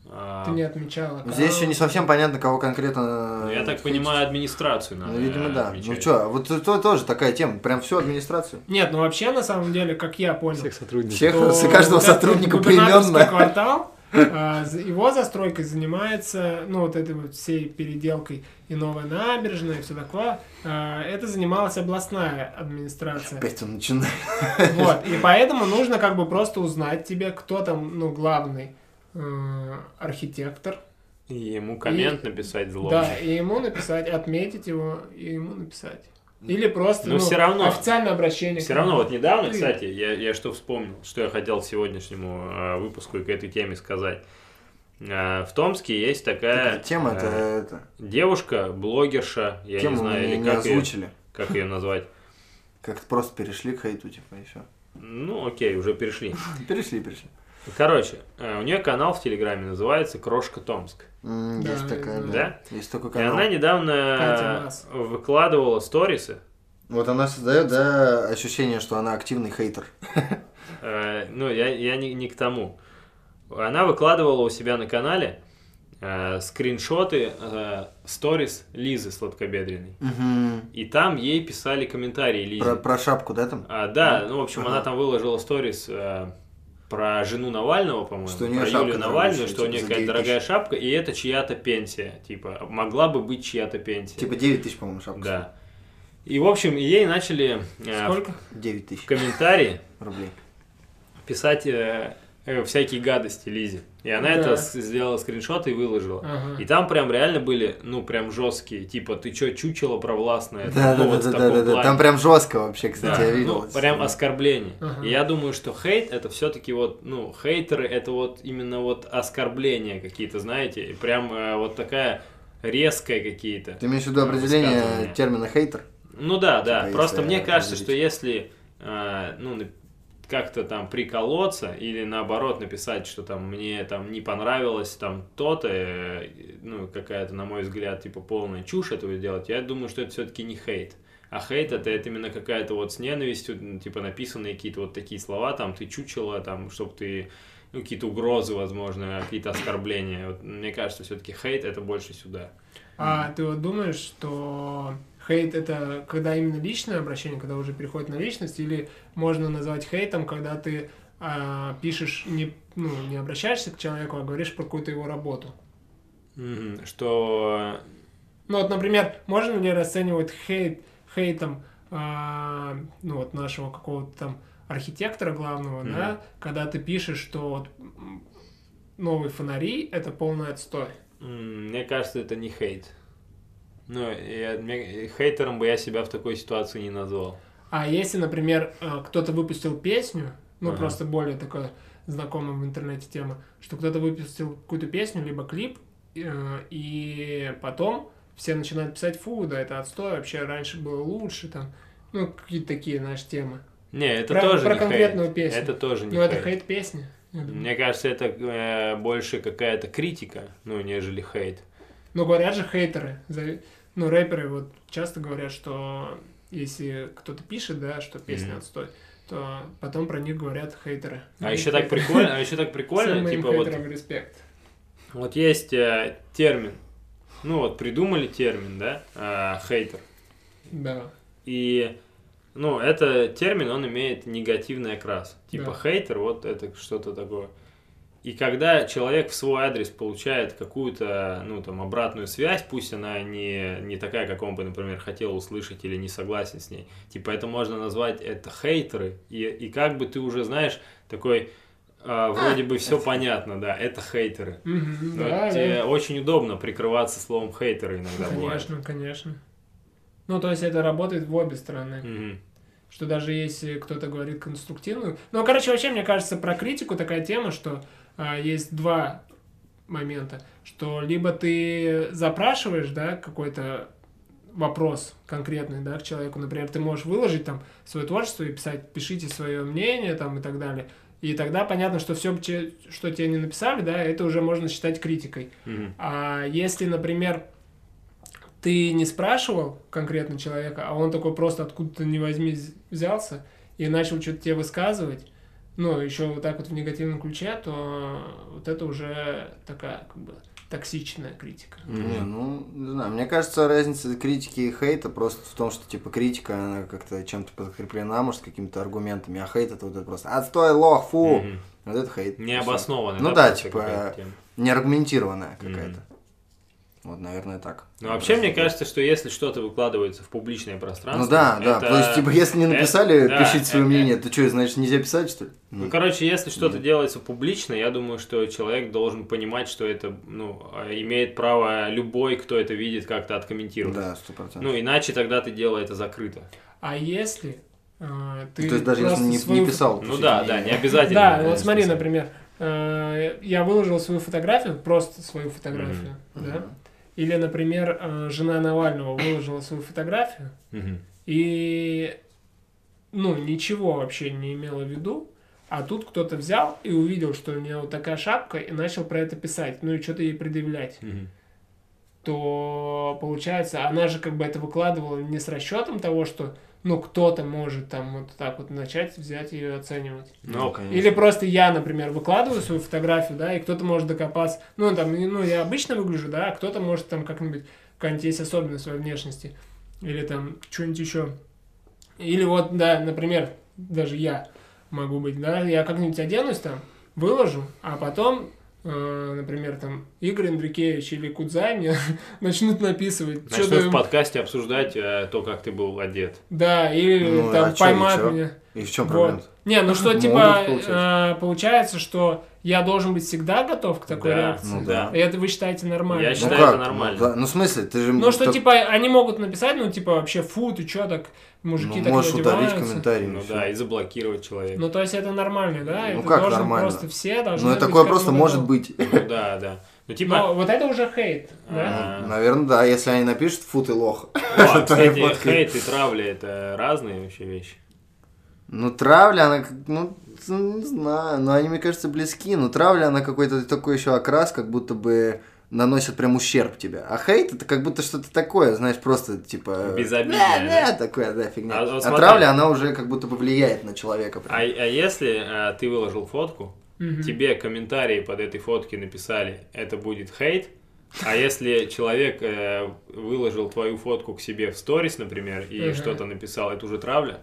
S3: А,
S1: Ты не отмечал. аккаунт.
S2: Ну, Здесь еще не совсем понятно, кого конкретно...
S3: ну, я так
S2: хейтить.
S3: понимаю, администрацию надо.
S2: Ну, видимо,
S3: э,
S2: да. Ну
S3: отмечать.
S2: что, вот это тоже такая тема. Прям всю администрацию.
S1: Нет, ну вообще, на самом деле, как я понял,
S4: Всех сотрудников.
S2: Всех,
S1: то
S2: каждого
S1: вот этот
S2: сотрудника
S1: Э, губернаторский
S2: поименно.
S1: квартал, а, за- его застройкой занимается, ну, вот этой вот всей переделкой и новая набережная, и все такое. а, Это занималась областная администрация.
S2: Опять он начинает.
S1: Вот, и поэтому нужно как бы просто узнать тебе, кто там, ну, главный э, архитектор.
S3: И ему коммент написать зло.
S1: Да, и ему написать, отметить его, и ему написать. Или просто,
S3: Но
S1: ну,
S3: всё равно.
S1: официальное обращение. к
S3: Все
S1: нему.
S3: равно, вот недавно,
S1: Ты-
S3: кстати, я, я что вспомнил, что я хотел к сегодняшнему э, выпуску и к этой теме сказать. Э, в Томске есть
S2: Такая
S3: такая
S2: Тема это...
S3: э,
S2: это.
S3: девушка, блогерша, я
S2: Тему
S3: не знаю,
S2: мы
S3: или
S2: не
S3: как, её-
S2: озвучили.
S3: как ее назвать.
S2: Как-то просто перешли к хейту, типа, и все.
S3: Ну, окей, уже перешли.
S2: Перешли, перешли.
S3: Короче, э, у нее канал в Телеграме называется Крошка Томск.
S2: М,
S1: Да,
S2: Есть такая,
S1: да.
S2: да. Есть такой
S3: И она
S2: канал.
S1: Катя
S3: недавно э,
S1: Мас.
S3: выкладывала сторисы.
S2: Вот она создает, да, ощущение, что она активный хейтер.
S3: Э, ну, я, я не, не к тому. Она выкладывала у себя на канале э, скриншоты э, сторис Лизы Сладкобедренной.
S2: Мгм.
S3: И там ей писали комментарии Лизе.
S2: Про, про шапку, да, там?
S3: А, да, ну, в общем,
S2: Ага.
S3: она там выложила сторис э, про жену Навального, по-моему,
S2: Что у неё
S3: про
S2: шапка
S3: Юлию
S2: дорогущая,
S3: Навальную, что у
S2: типа,
S3: нее
S2: за
S3: какая-то
S2: 9
S3: дорогая шапка, и это чья-то пенсия. Типа, могла бы быть чья-то пенсия.
S2: Типа 9 тысяч, по-моему, шапка.
S3: да. И, в общем, ей начали э,
S1: Сколько?
S2: стоит. 9
S3: в
S2: тысяч
S3: комментарии
S2: рублей.
S3: писать э, э, всякие гадости Лизе. И она
S1: Да.
S3: это с- сделала скриншот и выложила.
S1: Ага.
S3: И там прям реально были, ну, прям жесткие, типа, ты чё, чучело провластное?
S2: Да,
S3: ну,
S2: да,
S3: вот в
S2: да, да,
S3: таком
S2: да, да.
S3: плане.
S2: Там прям жестко вообще, кстати,
S3: Да,
S2: я видел.
S3: ну, прям оскорбление.
S1: Ага.
S3: И я думаю, что хейт это все-таки вот, ну, хейтеры это вот именно вот оскорбления какие-то, знаете, и прям э, вот такая резкая какие-то.
S2: Ты имеешь в виду определение
S3: Высказывание.
S2: термина хейтер?
S3: Ну да, да.
S2: Типа,
S3: Просто
S2: если
S3: мне кажется,
S2: определить.
S3: что если э, ну на- как-то там приколоться или наоборот написать, что там мне там не понравилось там то-то, э, ну какая-то на мой взгляд типа полная чушь этого делать, я думаю, что это все-таки не хейт. А хейт это, это именно какая-то вот с ненавистью, ну, типа написанные какие-то вот такие слова, там ты чучело, там, чтобы ты ну, какие-то угрозы, возможно, какие-то оскорбления. Вот, мне кажется, все-таки хейт это больше сюда.
S1: А ты вот думаешь, что хейт это когда именно личное обращение, когда уже переходит на личность, или можно назвать хейтом, когда ты а, пишешь не ну не обращаешься к человеку, а говоришь про какую-то его работу.
S3: Мгм. Что
S1: Ну вот, например, можно ли расценивать хейт хейтом а, ну вот нашего какого-то там архитектора главного,
S3: Мгм.
S1: да, когда ты пишешь, что вот м, новые фонари это полный отстой.
S3: М, Мне кажется, это не хейт. Ну, я- мне- хейтером бы я себя в такой ситуации не назвал.
S1: А если, например, э, кто-то выпустил песню, ну
S3: Ага.
S1: просто более такая знакомая в интернете тема, что кто-то выпустил какую-то песню, либо клип, э, и потом все начинают писать, фу, да, это отстой, вообще раньше было лучше, там, ну, какие-то такие, знаешь, темы.
S3: Не, это
S1: Про-
S3: тоже
S1: про
S3: не
S1: конкретную
S3: хейт.
S1: песню.
S3: Это тоже не
S1: Ну, это
S3: хейт.
S1: хейт песни.
S3: Мне кажется, это э, больше какая-то критика, ну, нежели хейт.
S1: Но говорят же хейтеры, за- ну, рэперы вот часто говорят, что если кто-то пишет, да, что песня
S3: Мгм.
S1: отстой, то потом про них говорят хейтеры. Ну,
S3: А еще так прикольно, а еще так прикольно,
S1: Самым
S3: типа вот
S1: хейтерам респект.
S3: Вот есть э, термин. Ну вот придумали термин, да, э, хейтер.
S1: Да.
S3: И, ну, это термин, он имеет негативный окрас. Типа
S1: Да.
S3: хейтер, вот это что-то такое. И когда человек в свой адрес получает какую-то, ну, там, обратную связь, пусть она не, не такая, как он бы, например, хотел услышать или не согласен с ней, типа это можно назвать, это хейтеры, и, и как бы ты уже знаешь, такой, а, вроде бы все понятно, да, это хейтеры.
S1: Мгм,
S3: Но
S1: да,
S3: тебе
S1: да.
S3: очень удобно прикрываться словом хейтеры иногда бывает.
S1: Конечно, конечно. Ну, то есть это работает в обе стороны.
S3: Мгм.
S1: Что даже если кто-то говорит конструктивную... Ну, короче, вообще, мне кажется, про критику такая тема, что а, есть два момента. Что либо ты запрашиваешь, да, какой-то вопрос конкретный, да, к человеку. Например, ты можешь выложить там свое творчество и писать, пишите свое мнение там и так далее. И тогда понятно, что все, что тебе не написали, да, это уже можно считать критикой.
S3: Мгм.
S1: А если, например, ты не спрашивал конкретно человека, а он такой просто откуда-то не возьми з- взялся и начал что-то тебе высказывать, ну, еще вот так вот в негативном ключе, то вот это уже такая как бы токсичная критика.
S3: Мгм.
S2: Не, ну, не знаю. Мне кажется, разница критики и хейта просто в том, что, типа, критика, она как-то чем-то подкреплена, может, какими-то аргументами, а хейт это вот это просто «Отстой, лох, фу!»
S3: Мгм.
S2: Вот это хейт.
S3: Необоснованная.
S2: Ну да,
S3: просто
S2: типа,
S3: какая-то тема.
S2: Неаргументированная какая-то.
S3: Мгм.
S2: Вот, наверное, так.
S3: Ну, вообще, мне кажется, что если что-то выкладывается в публичное пространство...
S2: Ну да, да.
S3: это-
S2: То есть, типа, если не написали,
S3: это- да,
S2: пишите свое
S3: это-
S2: мнение. Ты что, значит, нельзя писать, что ли?
S3: Ну, короче, если что-то
S2: Мгм.
S3: делается публично, я думаю, что человек должен понимать, что это, ну, э, имеет право любой, кто это видит, как-то откомментировать.
S2: Да, сто процентов.
S3: Ну, иначе тогда ты делай это закрыто.
S1: А если э,
S2: Ну, То
S1: ты
S2: есть, даже если
S1: просто
S2: не
S1: свою
S2: не писал.
S3: Ну
S2: пишите
S3: да,
S2: мнение.
S3: да, не обязательно.
S1: Да,
S3: конечно,
S1: вот смотри,
S3: с-
S1: например, э, я выложил свою фотографию, просто свою фотографию, да?
S2: Мгм.
S1: Или, например, э, жена Навального выложила свою фотографию,
S3: Мгм.
S1: И, ну, ничего вообще не имела в виду. А тут кто-то взял и увидел, что у нее вот такая шапка, и начал про это писать, ну и что-то ей предъявлять.
S3: Мгм.
S1: То получается, она же как бы это выкладывала не с расчетом того, что, ну, кто-то может там вот так вот начать взять ее оценивать.
S3: Ну,
S2: конечно.
S1: Или просто я, например, выкладываю свою фотографию, да, и кто-то может докопаться. Ну, там, ну, я обычно выгляжу, да, а кто-то может там как-нибудь, какая-нибудь есть особенность своей внешности. Или там что-нибудь еще. Или вот, да, например, даже я могу быть, да, я как-нибудь оденусь там, выложу, а потом, э, например, там, Игорь Андрюкевич или Кудзай мне начнут написывать, что
S3: Начнут в подкасте обсуждать э, то, как ты был одет.
S1: да, или
S2: Ну, а
S1: там
S2: чё, и
S1: поймают
S2: чё?
S1: меня.
S2: И в чем
S1: Вот.
S2: проблема?
S1: Не, ну что,
S2: Могут
S1: типа,
S2: получать.
S1: э, получается, что я должен быть всегда готов к такой
S3: Да,
S1: реакции.
S2: ну
S3: да.
S1: И это вы считаете нормально.
S3: Я
S1: да?
S3: считаю, это нормально.
S2: Ну, да, ну, в смысле, ты же...
S1: Ну, что,
S2: так-
S1: типа, они могут написать, ну, типа, вообще, фу, ты чё так, мужики
S2: ну,
S1: так
S2: можешь
S1: не
S2: удалить
S1: одеваются».
S2: комментарий.
S3: Ну
S2: всё.
S3: да, и заблокировать человека.
S1: Ну, то есть это нормально, да?
S2: Ну,
S1: это
S2: как
S1: должен
S2: нормально?
S1: Просто все должны
S2: Ну,
S1: быть
S2: это
S1: к
S2: такое
S1: этому
S2: просто может
S1: готовы.
S2: быть.
S3: Ну да, да. Ну типа...
S1: Но вот это уже хейт, да?
S3: а,
S2: Ну, Наверное, да, если они напишут, фу, ты лох.
S3: о,
S2: твоей
S3: Кстати,
S2: фоткой.
S3: хейт и травля это разные вообще вещи.
S2: Ну, травля, она, как- ну, не знаю, но они, мне кажется, близки. Но травля, она какой-то такой еще окрас, как будто бы наносит прям ущерб тебе. А хейт это как будто что-то такое, знаешь, просто типа...
S3: Безобидное,
S2: Да,
S3: да?
S2: да, такое, да, фигня.
S3: А, вот
S2: А,
S3: смотри.
S2: травля, она уже как будто бы влияет на человека.
S3: А, а
S2: прям.
S3: если а, ты выложил фотку,
S1: Мгм.
S3: тебе комментарии под этой фотки написали, это будет хейт, а если человек э, выложил твою фотку к себе в сторис, например, и
S1: Мгм.
S3: что-то написал, это уже травля?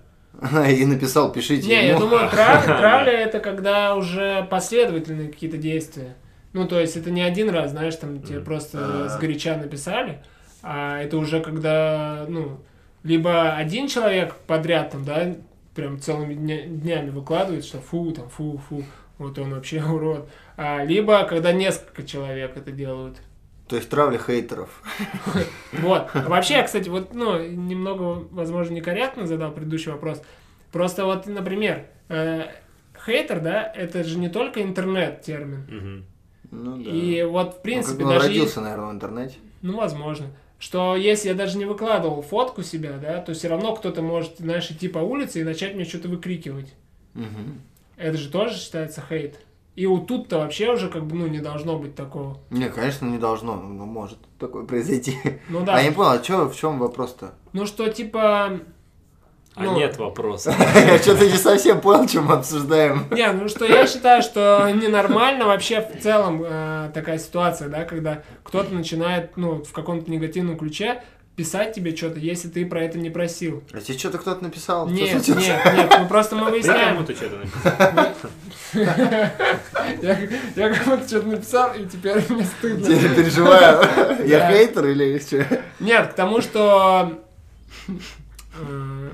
S2: И написал, пишите
S1: Не, я
S2: ему.
S1: думаю, трав- травля это когда уже последовательные какие-то действия. Ну, то есть это не один раз, знаешь, там тебе просто
S2: А.
S1: сгоряча написали, а это уже когда, ну, либо один человек подряд там, да, прям целыми дня- днями выкладывает, что фу, там, фу, фу, вот он вообще урод. А, либо когда несколько человек это делают.
S2: То есть травля хейтеров.
S1: Вот. А Вообще, я, кстати, вот, ну, немного, возможно, некорректно задал предыдущий вопрос. Просто вот, например, э, хейтер, да, это же не только интернет-термин.
S3: Мгм.
S2: Ну да.
S1: И вот, в
S2: Ну, как
S1: принципе,
S2: бы он
S1: даже...
S2: родился, наверное, в интернете.
S1: Ну, возможно. Что если я даже не выкладывал фотку себя, да, то все равно кто-то может, знаешь, идти по улице и начать мне что-то выкрикивать.
S2: Мгм.
S1: Это же тоже считается хейт. И вот тут-то вообще уже как бы, ну, не должно быть такого.
S2: Не, конечно, не должно, но может такое произойти.
S1: Ну да.
S2: А я не понял, а чё, в чем вопрос-то?
S1: Ну что, типа...
S3: А
S1: Ну.
S3: нет вопроса.
S2: Я что-то не совсем понял, чем мы обсуждаем.
S1: Не, ну что я считаю, что ненормально вообще в целом э, такая ситуация, да, когда кто-то начинает, ну, вот в каком-то негативном ключе писать тебе что-то, если ты про это не просил.
S2: А тебе что-то кто-то написал? Что
S1: Нет, нет,
S2: случилось?
S1: нет, ну просто мы
S3: Ты
S1: выясняем.
S3: кому-то что-то написал?
S1: Я, я кому-то что-то написал, и теперь мне
S2: Я
S1: стыдно.
S2: переживаю. Я
S1: Да.
S2: хейтер или что?
S1: Нет, к тому, что... э,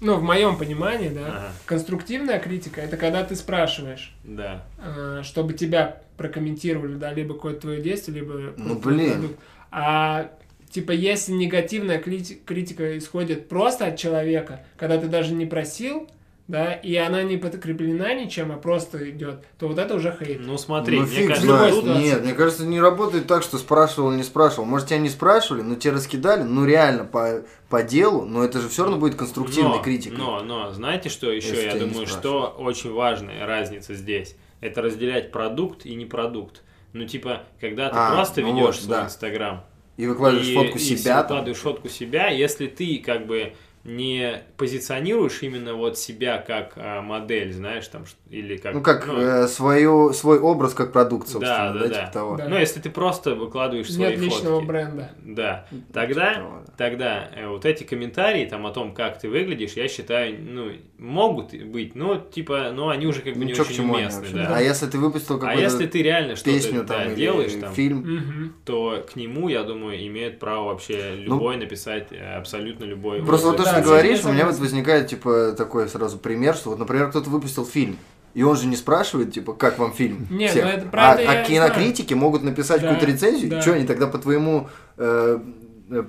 S1: Ну, в моем понимании, да,
S3: Ага,
S1: конструктивная критика — это когда ты спрашиваешь.
S3: Да.
S1: э, чтобы тебя прокомментировали, да, либо какое-то твое действие, либо...
S2: Ну,
S1: какой-то
S2: блин.
S1: продукт. А типа, если негативная крити- критика исходит просто от человека, когда ты даже не просил, да, и она не подкреплена ничем, а просто идет, то вот это уже хейт.
S3: Ну смотри,
S2: ну,
S3: мне
S2: фиг
S3: кажется,
S1: любой
S2: знает.
S3: тут-
S1: ситуации.
S2: Нет, мне кажется, не работает так, что спрашивал, не спрашивал. Может, тебя не спрашивали, но тебя раскидали, ну реально по, по делу, но это же все равно будет конструктивной
S3: но,
S2: критикой.
S3: Но, но, знаете, что еще
S2: Если
S3: я
S2: тебя не
S3: думаю, что очень важная разница здесь? Это разделять продукт и не продукт. Ну, типа, когда ты
S2: А,
S3: просто
S2: ну
S3: ведешь
S2: вот,
S3: свой
S2: да.
S3: Инстаграм,
S2: И выкладываешь
S3: и-
S2: фотку
S3: и
S2: себя. там.
S3: выкладываешь фотку себя, если ты как бы не позиционируешь именно вот себя как а, модель, знаешь, там, ш- или как...
S2: Ну как, э, свою, свой образ как продукт, собственно,
S3: да,
S2: да,
S3: да.
S2: типа того.
S1: Да.
S3: ну, если ты просто выкладываешь свои
S1: Нет личного
S3: фотки.
S1: бренда.
S3: Да.
S2: Типа
S3: Тогда
S2: того, да.
S3: Тогда э, вот эти комментарии там о том, как ты выглядишь, я считаю, ну, могут быть, но типа, ну, они уже как бы не
S2: Ничего к
S3: очень
S2: чему они
S3: уместны,
S2: вообще.
S3: да.
S2: А если ты выпустил
S3: А,
S2: какую-то
S3: если ты реально
S2: песню
S3: что-то
S2: там
S3: да,
S2: или
S3: делаешь там,
S2: фильм,
S1: Мгм.
S3: то к нему, я думаю, имеет право вообще любой написать э, абсолютно любой.
S2: Ну, Просто вот то,
S3: отзыв.
S2: что
S1: Да,
S2: ты
S1: с
S2: говоришь,
S1: этим
S2: у
S1: я
S2: меня вот
S1: согласен.
S2: возникает, типа, такой сразу пример, что вот, например, кто-то выпустил фильм, и он же не спрашивает, типа, как вам фильм?
S1: Не,
S2: Всех.
S1: ну это правда,
S2: А,
S1: я
S2: а кинокритики могут написать
S1: Да,
S2: какую-то рецензию,
S1: да.
S2: что они тогда по твоему... э, э,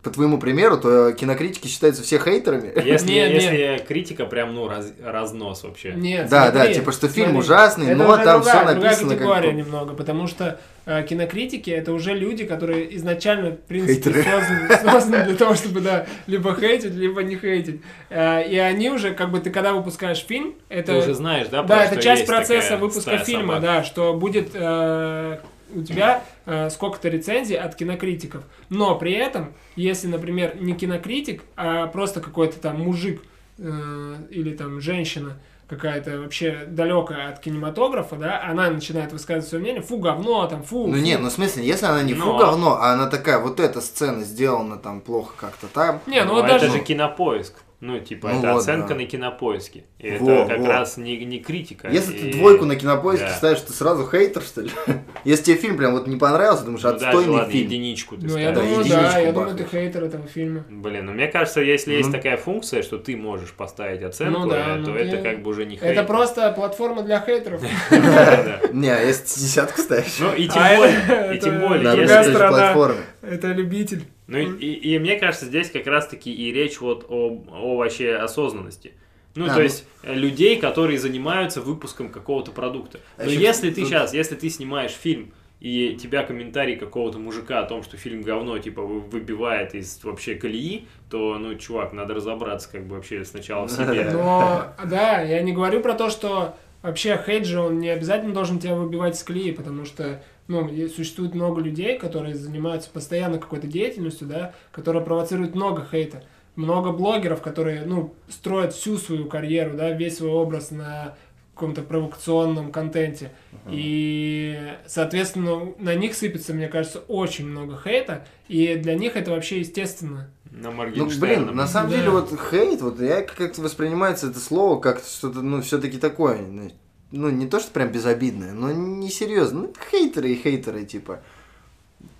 S2: по твоему примеру, то кинокритики считаются все хейтерами.
S3: Если,
S1: Не, не.
S3: если критика прям, ну, раз- разнос вообще.
S1: Нет,
S2: Да,
S1: смотри,
S2: да, типа, что фильм
S1: смотри.
S2: ужасный,
S1: Это
S2: но
S1: уже другая,
S2: там все
S1: другая
S2: написано как...
S1: категория немного, потому что э, кинокритики это уже люди, которые изначально, в принципе,
S2: Хейтеры.
S1: созданы, созданы для того, чтобы да, либо хейтить, либо не хейтить. Э, и они уже, как бы ты когда выпускаешь фильм, это
S3: Ты уже знаешь, да?
S1: да,
S3: про
S1: это
S3: что
S1: часть
S3: есть такая
S1: процесса выпуска
S3: стая
S1: фильма,
S3: собак.
S1: да, что будет э, у тебя э, сколько-то рецензий от кинокритиков. Но при этом, если, например, не кинокритик, а просто какой-то там мужик э, или там женщина какая-то вообще далекая от кинематографа, да, она начинает высказывать свое мнение, фу, говно, там, фу.
S2: Ну
S1: фу».
S2: не, ну в смысле, если она не
S3: Но-
S2: фу говно, а она такая, вот эта сцена сделана там плохо как-то там,
S1: Не, ну
S3: Ну,
S1: вот
S3: это
S1: даже...
S3: же кинопоиск. Ну, типа,
S2: Ну
S3: это
S2: вот,
S3: оценка
S2: да.
S3: на кинопоиске. И
S2: Во,
S3: это как
S2: во.
S3: раз не, не критика.
S2: Если
S3: и-
S2: ты двойку на кинопоиске
S3: да.
S2: ставишь, ты сразу хейтер, что ли? Если тебе фильм прям вот не понравился, думаешь,
S3: ну, даже,
S2: отстойный
S3: ладно,
S2: фильм.
S3: единичку ты
S1: Ну, я
S2: Да,
S3: ставишь.
S1: думаю, да,
S2: единичку
S1: я думаю, ты
S2: бахнешь.
S1: хейтер этого фильма.
S3: Блин, ну мне кажется, если есть
S2: Мгм.
S3: такая функция, что ты можешь поставить оценку,
S1: Ну да,
S3: э, то
S1: ну
S3: это
S1: ты-
S3: как бы уже не хейт.
S1: Это просто платформа для хейтеров.
S3: Да-да-да.
S2: Не, а если ты десятку ставишь,
S3: Ну и тем
S1: А это-
S3: более, и
S1: это
S3: тем более,
S1: другая
S2: на
S3: если-
S2: русской же
S1: страна.
S2: платформе.
S1: Это любитель.
S3: Ну и, и- и мне кажется, здесь как раз-таки и речь вот о, о вообще осознанности. Ну,
S2: А,
S3: то
S2: ну.
S3: есть э, людей, которые занимаются выпуском какого-то продукта.
S2: А
S3: Но
S2: ещё
S3: если ты
S2: тут-
S3: сейчас, если ты снимаешь фильм, и тебя комментарий какого-то мужика о том, что фильм говно, типа, вы- выбивает из вообще колеи, то, ну, чувак, надо разобраться как бы вообще сначала в себе.
S1: Но, да, я не говорю про то, что вообще хейт же, он не обязательно должен тебя выбивать с клея, потому что, ну, и существует много людей, которые занимаются постоянно какой-то деятельностью, да, которая провоцирует много хейта. Много блогеров, которые, ну, строят всю свою карьеру, да, весь свой образ на каком-то провокационном контенте. И, соответственно, на них сыпется, мне кажется, очень много хейта, и для них это вообще естественно.
S3: На
S2: Ну,
S3: Моргенштерна.
S2: блин, на самом
S1: Да.
S2: деле, вот хейт, вот я как-то воспринимается это слово как что-то, ну, все-таки такое, ну, ну, не то, что прям безобидное, но не серьезно. Ну, хейтеры и хейтеры, типа.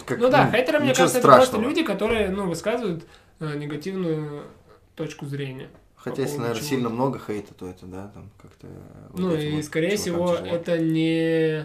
S2: Как,
S1: ну да, хейтеры, мне
S2: ничего
S1: кажется, это
S2: страшного.
S1: просто люди, которые, ну, высказывают э, негативную точку зрения.
S2: Хотя, если,
S1: по поводу
S2: наверное,
S1: чего-то.
S2: сильно много хейта, то это, да, там как-то... вот
S1: ну,
S2: этим
S1: и,
S2: вот
S1: скорее
S2: чувакам
S1: всего,
S2: тяжело.
S1: это не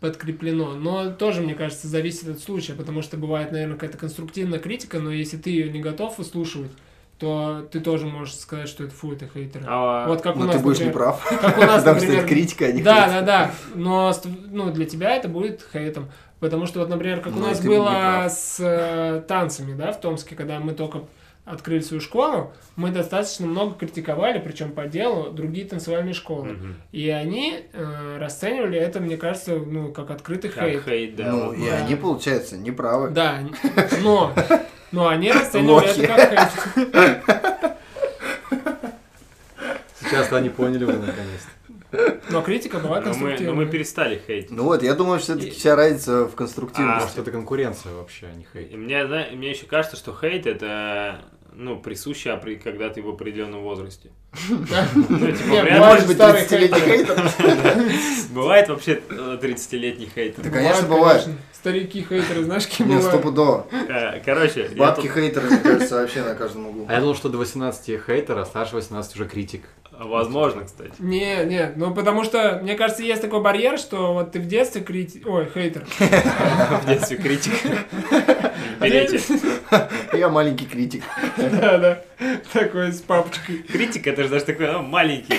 S1: подкреплено. Но тоже, мне кажется, зависит от случая, потому что бывает, наверное, какая-то конструктивная критика, но если ты ее не готов выслушивать, то ты тоже можешь сказать, что это фу, это хейтеры.
S3: А,
S1: вот как у
S2: Но
S1: нас,
S2: Ну, ты будешь
S1: например,
S2: неправ,
S1: как у нас,
S2: потому что это
S1: например,
S2: критика, а не
S1: Да,
S2: хейт.
S1: да, да. Но ст- ну, для тебя это будет хейтом. Потому что, вот, например, как у
S2: Ну,
S1: нас
S2: ты не
S1: было
S2: прав.
S1: с э, танцами, да, в Томске, когда мы только открыли свою школу, мы достаточно много критиковали, причем по делу, другие танцевальные школы.
S3: мгм.
S1: И они э, расценивали это, мне кажется, ну, как открытый
S3: Как
S1: хейт.
S3: хейт, да.
S2: Ну,
S3: ладно.
S2: и они, получается, неправы.
S1: Да, они- но, но они расценивали это как хейт.
S4: Сейчас-то они поняли вы наконец-то.
S1: Но критика была
S3: Но мы, но
S1: конструктивной.
S3: мы перестали хейтить.
S2: Ну вот, я думаю, что все-таки вся разница в
S3: А.
S2: конструктивности.
S4: Может, это конкуренция вообще, а не хейт.
S3: И Мне, зна- мне еще кажется, что хейт это ну, присуще, опре- когда ты в определенном возрасте. Ну, типа,
S1: Не,
S3: вряд ли
S1: может
S2: Может быть,
S1: старый
S2: 30-летний
S1: хейтер.
S2: хейтер?
S3: Бывает вообще э, 30-летний хейт.
S2: Да, конечно,
S1: Бывают,
S2: бывает.
S1: конечно. Старики хейтеры, знаешь, кем
S2: Не,
S1: бывают?
S2: стопудово.
S3: Э, Короче, я
S2: Бабки
S3: тут-
S2: хейтеры, мне кажется, вообще на каждом углу.
S4: А я думал, что до 18 хейтер, а старше 18 уже критик.
S3: э, возможно, кстати.
S1: Не, не, ну потому что, мне кажется, есть такой барьер, что вот ты в детстве крити... Ой, хейтер.
S3: В детстве критик. Берите.
S2: Ну, Я маленький критик.
S1: Да, да. Такой с папочкой.
S3: Критик это же даже такой а, маленький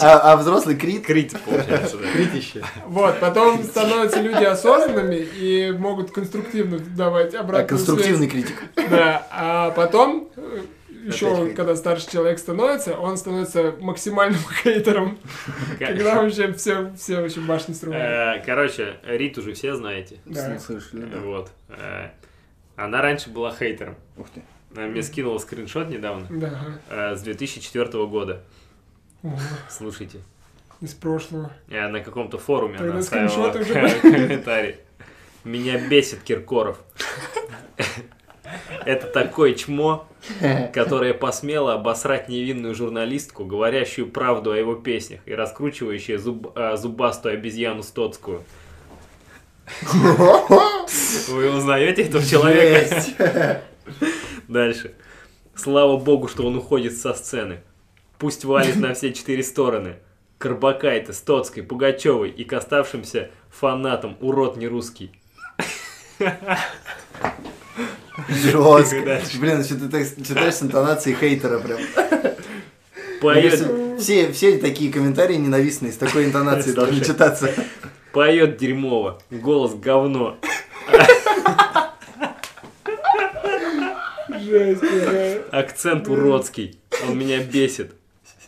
S2: А, а взрослый крит?
S3: критик получается. да.
S4: Критище.
S1: Вот, потом становятся люди осознанными и могут конструктивно давать
S2: а,
S1: обратную
S2: конструктивный критик.
S1: связь. Да, а потом, э, еще
S2: Опять хейтер.
S1: когда старший человек становится, он становится максимальным хейтером, когда вообще все, все вообще башни срывают.
S3: Э, Короче, Рит уже все знаете.
S1: Да.
S2: С- Слышали, Ну, да.
S3: Вот. Э, Она раньше была хейтером.
S2: Ух ты.
S3: Она мне скинула скриншот недавно.
S1: Да,
S3: э, с 2004 года.
S1: О,
S3: Слушайте,
S1: из прошлого.
S3: э, на каком-то форуме
S1: Тогда
S3: она оставила
S1: скриншоты уже
S3: комментарий. Меня бесит Киркоров. Это такое чмо, которое посмело обосрать невинную журналистку, говорящую правду о его песнях и раскручивающую зуб- э, зубастую обезьяну Стоцкую. Вы узнаете этого человека?
S2: Жесть.
S3: Дальше. Слава богу, что он уходит со сцены. Пусть валит на все четыре стороны. Карбакайте, Стоцкой, Пугачевой и к оставшимся фанатам урод не русский.
S2: Жестко.
S3: Дальше.
S2: Блин, что ты так читаешь с интонацией хейтера прям.
S3: Поет,
S2: Все, все такие комментарии ненавистные, с такой интонацией должны
S3: Слушай.
S2: читаться.
S3: поет дерьмово, голос говно.
S1: Жесть какая.
S3: Акцент уродский. Он меня бесит.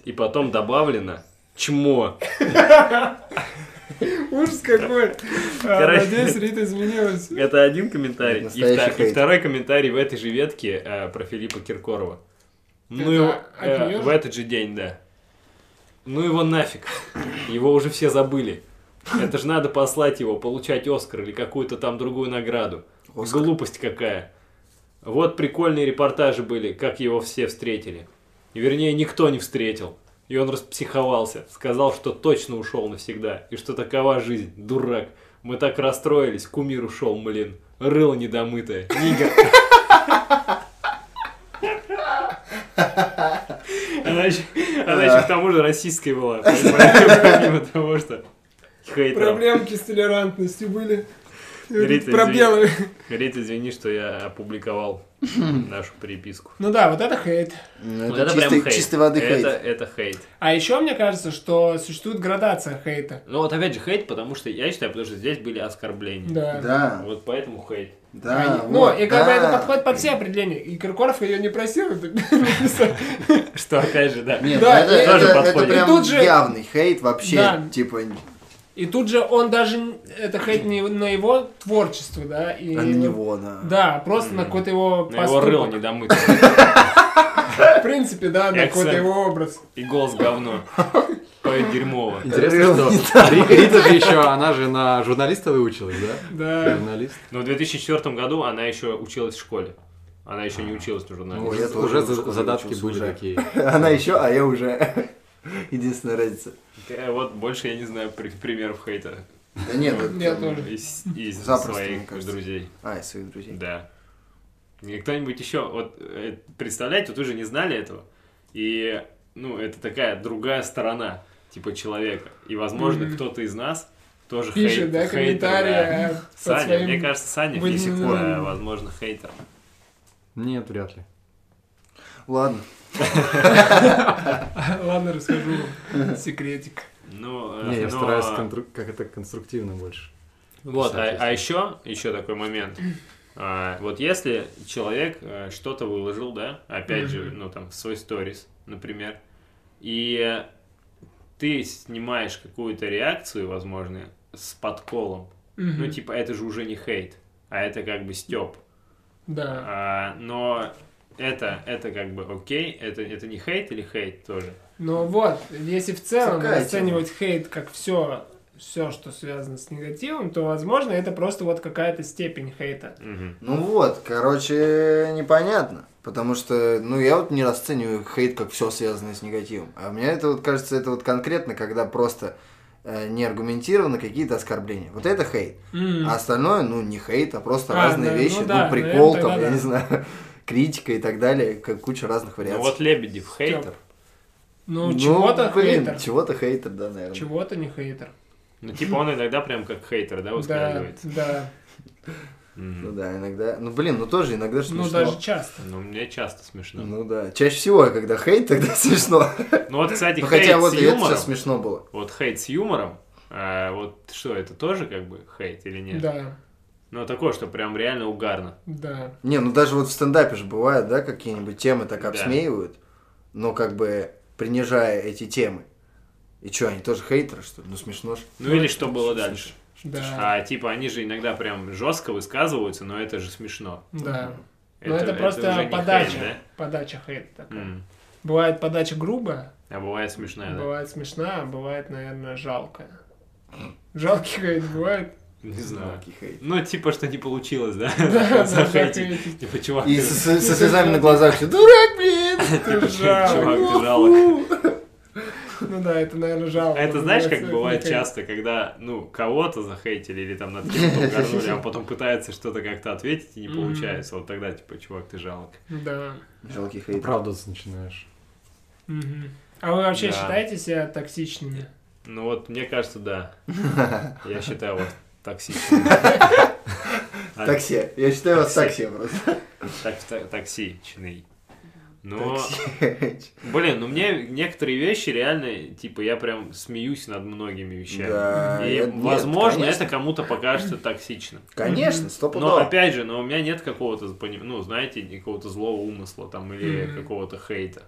S3: И потом добавлено чмо.
S1: Ужас какой. А,
S3: Короче.
S1: Надеюсь, Рита изменилась.
S3: Это один комментарий. И,
S2: Настоящий
S3: втор- и
S2: хейт.
S3: второй комментарий в этой же ветке э, про Филиппа Киркорова. Ну,
S1: Это
S3: его-
S1: от
S3: э,
S1: неё же?
S3: в этот же день, да. Ну его нафиг. Его уже все забыли. Это же надо послать его, получать Оскар или какую-то там другую награду.
S2: Оскар.
S3: Глупость какая. Вот прикольные репортажи были, как его все встретили. И, Вернее, никто не встретил. И он распсиховался, сказал, что точно ушел навсегда, и что такова жизнь, дурак. Мы так расстроились, кумир ушел, блин. Рыло недомытое, нигер. Она еще, она еще к тому же российской была, понимаешь, помимо того, что хейтером.
S1: Проблемки с толерантностью были.
S3: Рита,
S1: Пробелы.
S3: Рит, извини, что я опубликовал нашу переписку.
S1: Ну да, вот это хейт.
S2: Ну,
S3: Вот
S2: это, чистый,
S3: хейт.
S2: чистой воды хейт.
S3: Это, это хейт.
S1: А еще мне кажется, что существует градация хейта.
S3: Ну вот опять же хейт, потому что я считаю, потому что здесь были оскорбления.
S1: Да.
S2: Да,
S3: Вот поэтому хейт.
S2: да.
S1: Ну,
S2: вот,
S1: и как бы
S2: да.
S1: это подходит под все определения. И Киркоров ее не просил. это написал.
S3: Что опять же, да.
S2: Нет,
S1: Да,
S2: это,
S1: и-
S2: это-
S3: тоже
S2: это
S3: подходит.
S2: прям
S1: И тут же-
S2: явный хейт вообще,
S1: Да.
S2: типа,
S1: И тут же он даже, н- это хейт не на его творчество, да? И
S2: а на него, да.
S1: Да, просто на какой-то его
S3: На его рыло
S1: поступок.
S3: недомыто.
S1: В принципе, да, на
S3: Эксцент.
S1: какой-то его образ.
S3: И голос говно. Ой, дерьмово.
S4: Интересно, что Ри- Рита же еще, она же на журналиста выучилась, да?
S2: Э,
S1: Да.
S4: Журналист.
S3: Но в 2004 году она еще училась в школе. Она еще не училась на журналиста.
S2: я
S4: Уже
S2: тоже
S4: уже
S2: в школе
S4: за- задатки
S2: учился
S4: были
S2: уже.
S4: такие.
S2: Она еще, а я уже. Единственная разница.
S3: Э, Вот больше я не знаю при- примеров хейта
S2: Да нет, это-
S1: Я тоже.
S3: из, из
S2: Запросто, мне
S3: своих
S2: кажется.
S3: друзей.
S2: А, из своих друзей.
S3: Да. И кто-нибудь еще, вот э, представляете, вот вы же не знали этого. И, ну, это такая другая сторона, типа, человека. И, возможно,
S1: Мгм.
S3: кто-то из нас тоже
S1: Пишет,
S3: хейт-
S1: да,
S3: хейтер,
S1: комментарии. э,
S3: да.
S1: под
S3: Саня,
S1: своим-
S3: мне кажется, Саня
S1: Блин,
S3: писек,
S1: ну да.
S3: э, возможно, хейтер.
S4: Нет, вряд ли.
S2: Ладно.
S1: Ладно, расскажу вам секретик.
S3: Ну, э,
S4: Не, я
S3: но-
S4: стараюсь контру- как это конструктивно больше.
S3: Вот, а,
S4: Соответственно.
S3: а еще, еще такой момент. А, вот если человек э, что-то выложил, да, опять же,
S1: Мгм.
S3: ну там, в свой сторис, например, и ты снимаешь какую-то реакцию, возможно, с подколом,
S1: Мгм.
S3: ну типа это же уже не хейт, а это как бы степ. а,
S1: Да.
S3: но это, это как бы окей, это, это не хейт или хейт тоже?
S1: Ну вот, если в целом
S2: Такая
S1: расценивать хейт как все, все, что связано с негативом, то, возможно, это просто вот какая-то степень хейта.
S3: Мгм.
S2: Ну вот, короче, непонятно. Потому что, ну, я вот не расцениваю хейт как все связанное с негативом. А мне это вот кажется, это вот конкретно, когда просто э, неаргументированно какие-то оскорбления. Вот это хейт.
S1: М.
S2: А остальное, ну, не хейт, а просто
S1: А,
S2: разные
S1: да,
S2: вещи.
S1: ну
S2: Ну,
S1: да,
S2: прикол
S1: наверное,
S2: там,
S1: тогда
S2: я не
S1: да.
S2: знаю, критика и так далее. как Куча разных
S3: Ну
S2: вариаций.
S3: вот Лебедев хейтер.
S1: Ну, чего-то
S2: блин,
S1: хейтер,
S2: Чего-то хейтер, да, наверное.
S1: чего-то не хейтер.
S3: Ну типа он иногда прям как хейтер, да,
S1: Да,
S3: высказывается?
S1: да.
S3: Мгм.
S2: Ну да, иногда. Ну блин, ну тоже иногда же смешно.
S1: Ну, даже часто.
S3: Ну, мне часто смешно. Ну,
S2: Ну да. Чаще всего, когда хейт, тогда смешно.
S3: вот, кстати,
S2: Ну,
S3: хейт
S2: хотя вот
S3: с
S2: и это
S3: юмором.
S2: сейчас смешно было.
S3: Вот хейт с юмором. а, вот что, это тоже как бы хейт или нет?
S1: Да,
S3: Ну, такое, что прям реально угарно.
S1: да.
S2: Не, ну даже вот в стендапе же бывают, да, какие-нибудь темы так
S3: Да.
S2: обсмеивают, но как бы принижая эти темы. И что, они тоже хейтеры, что ли? Ну смешно ж.
S3: Ну, или что было дальше.
S1: Да.
S3: А, типа, они же иногда прям жестко высказываются, но это же смешно.
S1: Да. Но Ну, это,
S3: Ну, уже
S1: просто
S3: не
S1: подача.
S3: хейт,
S1: Подача хейта
S3: да?
S1: такая.
S3: М.
S1: Бывает подача грубая,
S3: А бывает смешная, да?
S1: бывает смешная, а бывает, наверное, жалкая. Жалкий хейт бывает.
S3: Не знаю.
S2: Жалкий хейт.
S3: Ну, типа, что не получилось, да?
S1: Да,
S3: Захейтить.
S1: захейтить.
S3: Типа, чувак,
S2: И
S3: ты-
S2: со, со- со слезами на глазах все, дурак, блин!
S1: Ты
S3: чувак,
S1: жалок.
S3: ты жалок.
S1: Ну да, это, наверное, жалко.
S3: А это знаешь, как
S1: Это
S3: бывает
S1: хейт.
S3: часто, когда, ну, кого-то захейтили или там над кем-то угарнули, а потом пытаются что-то как-то ответить и не
S1: Мгм.
S3: получается. Вот тогда, типа, чувак, ты жалок.
S1: Да.
S2: Жалкий хейт.
S4: Оправдываться начинаешь.
S1: Мгм. А вы вообще
S3: Да.
S1: считаете себя токсичными?
S3: Ну вот, мне кажется, да. Я считаю вас токсичным. А,
S2: Такси. Я считаю вас
S3: Такси.
S2: такси просто.
S3: А, так- та- Токсичный. Но,
S2: Такси.
S3: блин, ну мне некоторые вещи реально, типа, я прям смеюсь над многими вещами.
S2: Да.
S3: И,
S2: я- нет,
S3: возможно,
S2: конечно.
S3: это кому-то покажется токсичным.
S2: Конечно,
S3: Но,
S2: стопудово.
S3: Ну, опять же, но у меня нет какого-то, пони- ну, знаете, какого-то злого умысла там или
S1: Мгм.
S3: какого-то хейта.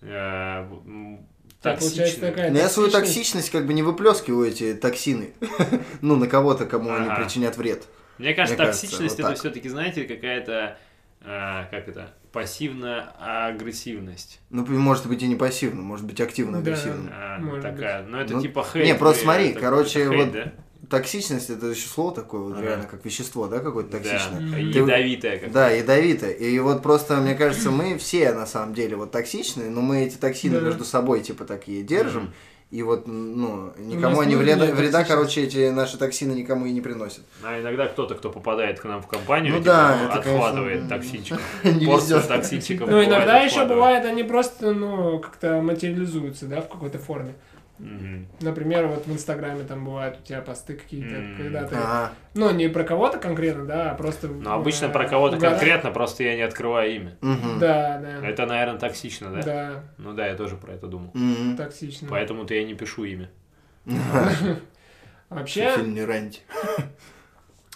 S3: Э, м,
S1: Так, получается,
S3: токсичный.
S1: такая
S2: Но Ну, я свою
S1: токсичность.
S2: токсичность как бы не выплескиваю эти токсины. Ну, на кого-то, кому они
S3: Ага.
S2: причинят вред.
S3: Мне кажется,
S2: Мне кажется,
S3: токсичность
S2: вот
S3: это
S2: так.
S3: все-таки, знаете, какая-то, а, как это, пассивно-агрессивность.
S2: Ну, может быть и не пассивно, может быть активно-агрессивно.
S1: Да.
S3: А,
S1: Может
S3: такая. Ну, это
S2: Ну,
S3: типа
S2: не,
S3: хейт.
S2: просто
S3: э,
S2: смотри,
S3: это
S2: короче,
S3: какой-то
S2: вот-
S3: хейт,
S2: токсичность это еще слово такое, вот
S3: Ага.
S2: реально, как вещество, да, какое-то токсичное.
S3: Да,
S1: Ты-
S3: ядовитая как
S2: Да, ядовито. И вот просто, мне кажется, мы все на самом деле вот токсичные, но мы эти токсины
S1: Да.
S2: между собой типа такие держим. И вот, ну, никому
S1: нас
S2: они
S1: нет
S2: вреда,
S1: токсичности.
S2: вреда, короче, эти наши токсины никому и не приносят.
S3: А иногда кто-то, кто попадает к нам в компанию,
S2: Ну
S3: типа,
S2: да, это, конечно,
S3: отхватывает токсичек.
S2: Не
S3: Порцию
S2: везет.
S3: токсичиков
S1: Ну, иногда
S3: бывает,
S1: еще
S3: отхватывает.
S1: бывает, они просто, ну, как-то материализуются, да, в какой-то форме.
S3: Мгм.
S1: Например, вот в Инстаграме там бывают у тебя посты какие-то,
S3: М.
S1: когда ты...
S2: Ага.
S1: Ну, не про кого-то конкретно, да, а просто...
S3: Но Ну, обычно
S1: э,
S3: про кого-то
S1: угадать.
S3: конкретно, просто я не открываю имя.
S2: Мгм.
S1: Да, да.
S3: Это, наверное, токсично, да?
S1: Да,
S3: Ну да, я тоже про это думал.
S2: Мгм.
S1: токсично.
S3: Поэтому-то я не пишу имя.
S1: Вообще,
S2: Фильм не ранить.